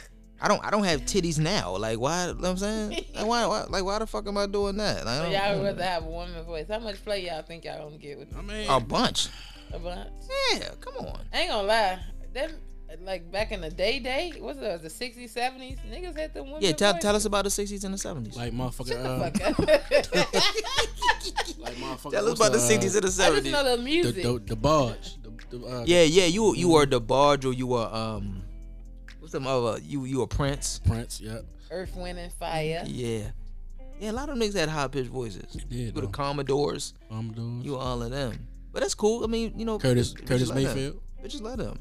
I don't. I don't have titties now. Like, why? You know what I'm saying. Like, why, why? Like, why the fuck am I doing that? Like, I So don't- y'all would rather have a woman voice. How much play y'all think y'all gonna get with I mean, a bunch. a bunch? Yeah, come on. I ain't gonna lie. Them like back in the day, day what's it, the sixties, seventies? Niggas had the women. Yeah, tell voice. tell us about the 60s and the 70s. like motherfucker. Shut the uh, fuck up. Like motherfucker. tell us what's about the uh, 60s and the I just 70s. know the the, music. the, the barge. The, the, uh, Yeah, yeah. You you were the barge or you were um, what's some other? You you were Prince. Prince. Yep. Earth, Wind, and Fire. Yeah, yeah. A lot of them niggas had high pitched voices. Yeah, you were the though. Commodores. I'm doing. You were all of them. But that's cool. I mean, you know, Curtis bitches- Curtis bitches love them. Mayfield. Bitches love them.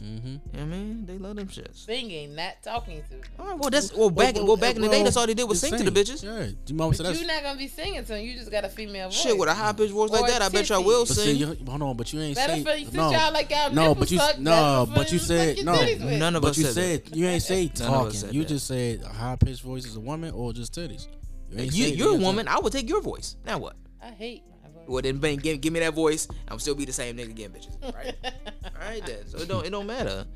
Mm-hmm. You know what I mean, they love them shits. Singing, not talking to. All right, well, that's well back well, back in the day, that's all they did was sing to the bitches. Yeah, your mama said But that's. you not gonna be singing to 'em, You just got a female voice. Oh, Shit, with a high pitched voice like Or that, I bet you I titties. will But see, sing. you, hold on, but you ain't Better say for- since no, y'all like y'all no, nipples but you sucked, no, better for but you you said fucking no, titties with. None of but us you said, said you ain't say None of us talking. said you that. just said a high pitched voice is a woman or just titties. ain't that. You, say you're a nothing. woman. I will take your voice. Now what? I hate my voice. Well, then bang, give, give me that voice. I'm still be the same nigga again, bitches. Right? all right then. So it don't it don't matter.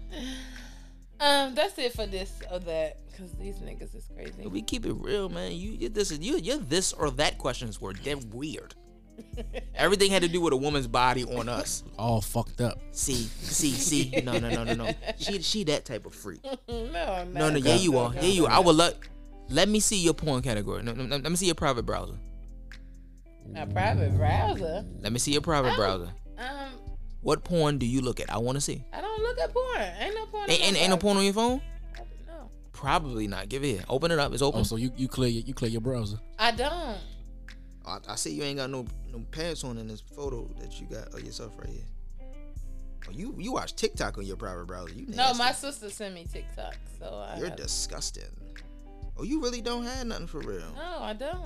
Um, that's it for this or that, cause these niggas is crazy. We keep it real, man. You you this is you your this or that questions were damn weird. Everything had to do with a woman's body on us. all fucked up. Oh, See, see, see. No, no, no, no, no. She she that type of freak. no, no, No, no, yeah you are. Yeah you are. I would let let me see your porn category. No, no, no, let me see your private browser. My private browser. Let me see your private browser. Um, What porn do you look at? I want to see. I don't look at porn. Ain't no porn. Ain't, on ain't, my ain't no browser. porn on your phone? No, Probably not. Give it here. Open it up. It's open. Oh, so you you clear your, you clear your browser. I don't. I, I see you ain't got no no pants on in this photo that you got of yourself right here. Oh, you you watch TikTok on your private browser. You No, nasty. my sister sent me TikTok, so I. You're have- disgusting. Oh, you really don't have nothing for real. No, I don't. Hold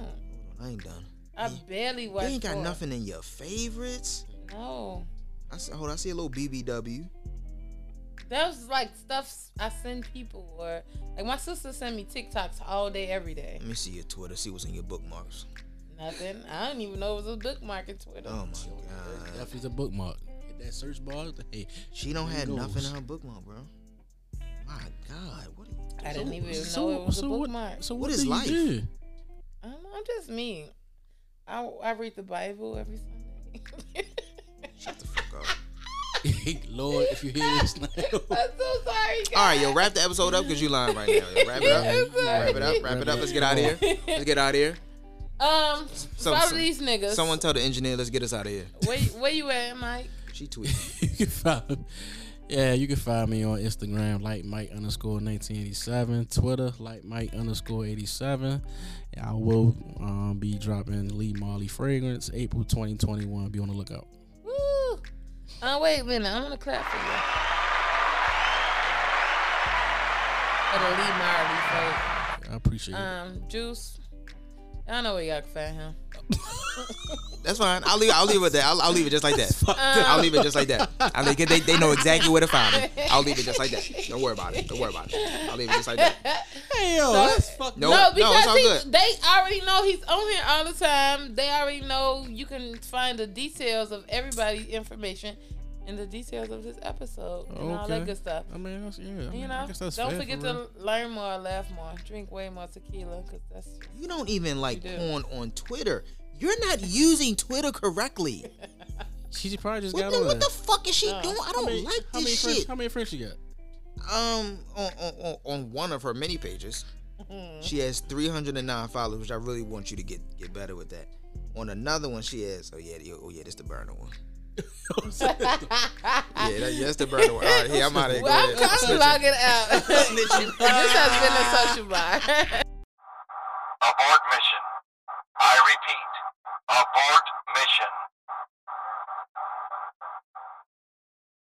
on, I ain't done. I barely You watch. ain't got porn. nothing in your favorites. No, I s- hold. on, I see a little BBW. that was like stuff I send people or like my sister send me TikToks all day, every day. Let me see your Twitter. See what's in your bookmarks. Nothing. I don't even know it was a bookmark in Twitter. Oh my god. F is a bookmark. Hit that search bar. Hey, She don't There have it nothing goes. in her bookmark, bro. My god. What? Are you, I didn't even know it was a so bookmark. What, so What what is do you life? do? I don't know. I'm just me. I, I read the Bible every Sunday. shut the fuck up. Lord, if you hear this now, I'm so sorry, guys. All right, yo, wrap the episode up because you lying right now. Yo, wrap it up. Sorry. Wrap it up. Wrap it up. Let's get out of here. Let's get out of here. Um, Some- probably some- these niggas. Someone tell the engineer, let's get us out of here. where, where you at, Mike? She tweeted. you can find, yeah, you can find me on Instagram, like Mike underscore nineteen eighty seven, Twitter, like Mike underscore eighty seven. I will um, be dropping Lee Marley fragrance April twenty twenty one. Be on the lookout. Woo! Uh, wait a minute. I'm gonna clap for you. For the Lee Marley folk. I appreciate it. Um, Juice. I know where y'all can find him. That's fine. I'll leave. I'll leave it with that. I'll, I'll leave it just like that. I'll leave it just like that. I think they, they know exactly where to find me. I'll leave it just like that. Don't worry about it. Don't worry about it. I'll leave it just like that. Hey yo, that's fucked. No, no, no, because it's all he- good. they already know he's on here all the time. They already know you can find the details of everybody's information and the details of this episode and all that Okay. good stuff. I mean, that's, yeah. I mean, You I know, guess that's don't fair, forget for to real. learn more, laugh more, drink way more tequila, because that's You don't even like You do. porn on Twitter. You're not using Twitter correctly. She probably just What got the, on what that. the fuck is she doing? I How don't many- like how many this friends- shit. How many friends you got? Um, on, on, on, on one of her many pages, Mm-hmm. she has 309 followers, which I really want you to get get better with that. On another one, she has. Oh yeah, yo- oh yeah, this the burner one. yeah, that, yeah, that's the burner one. All right, here I'm out of here. Go Well, I'm, ahead. I'm logging out. this has been a social bar.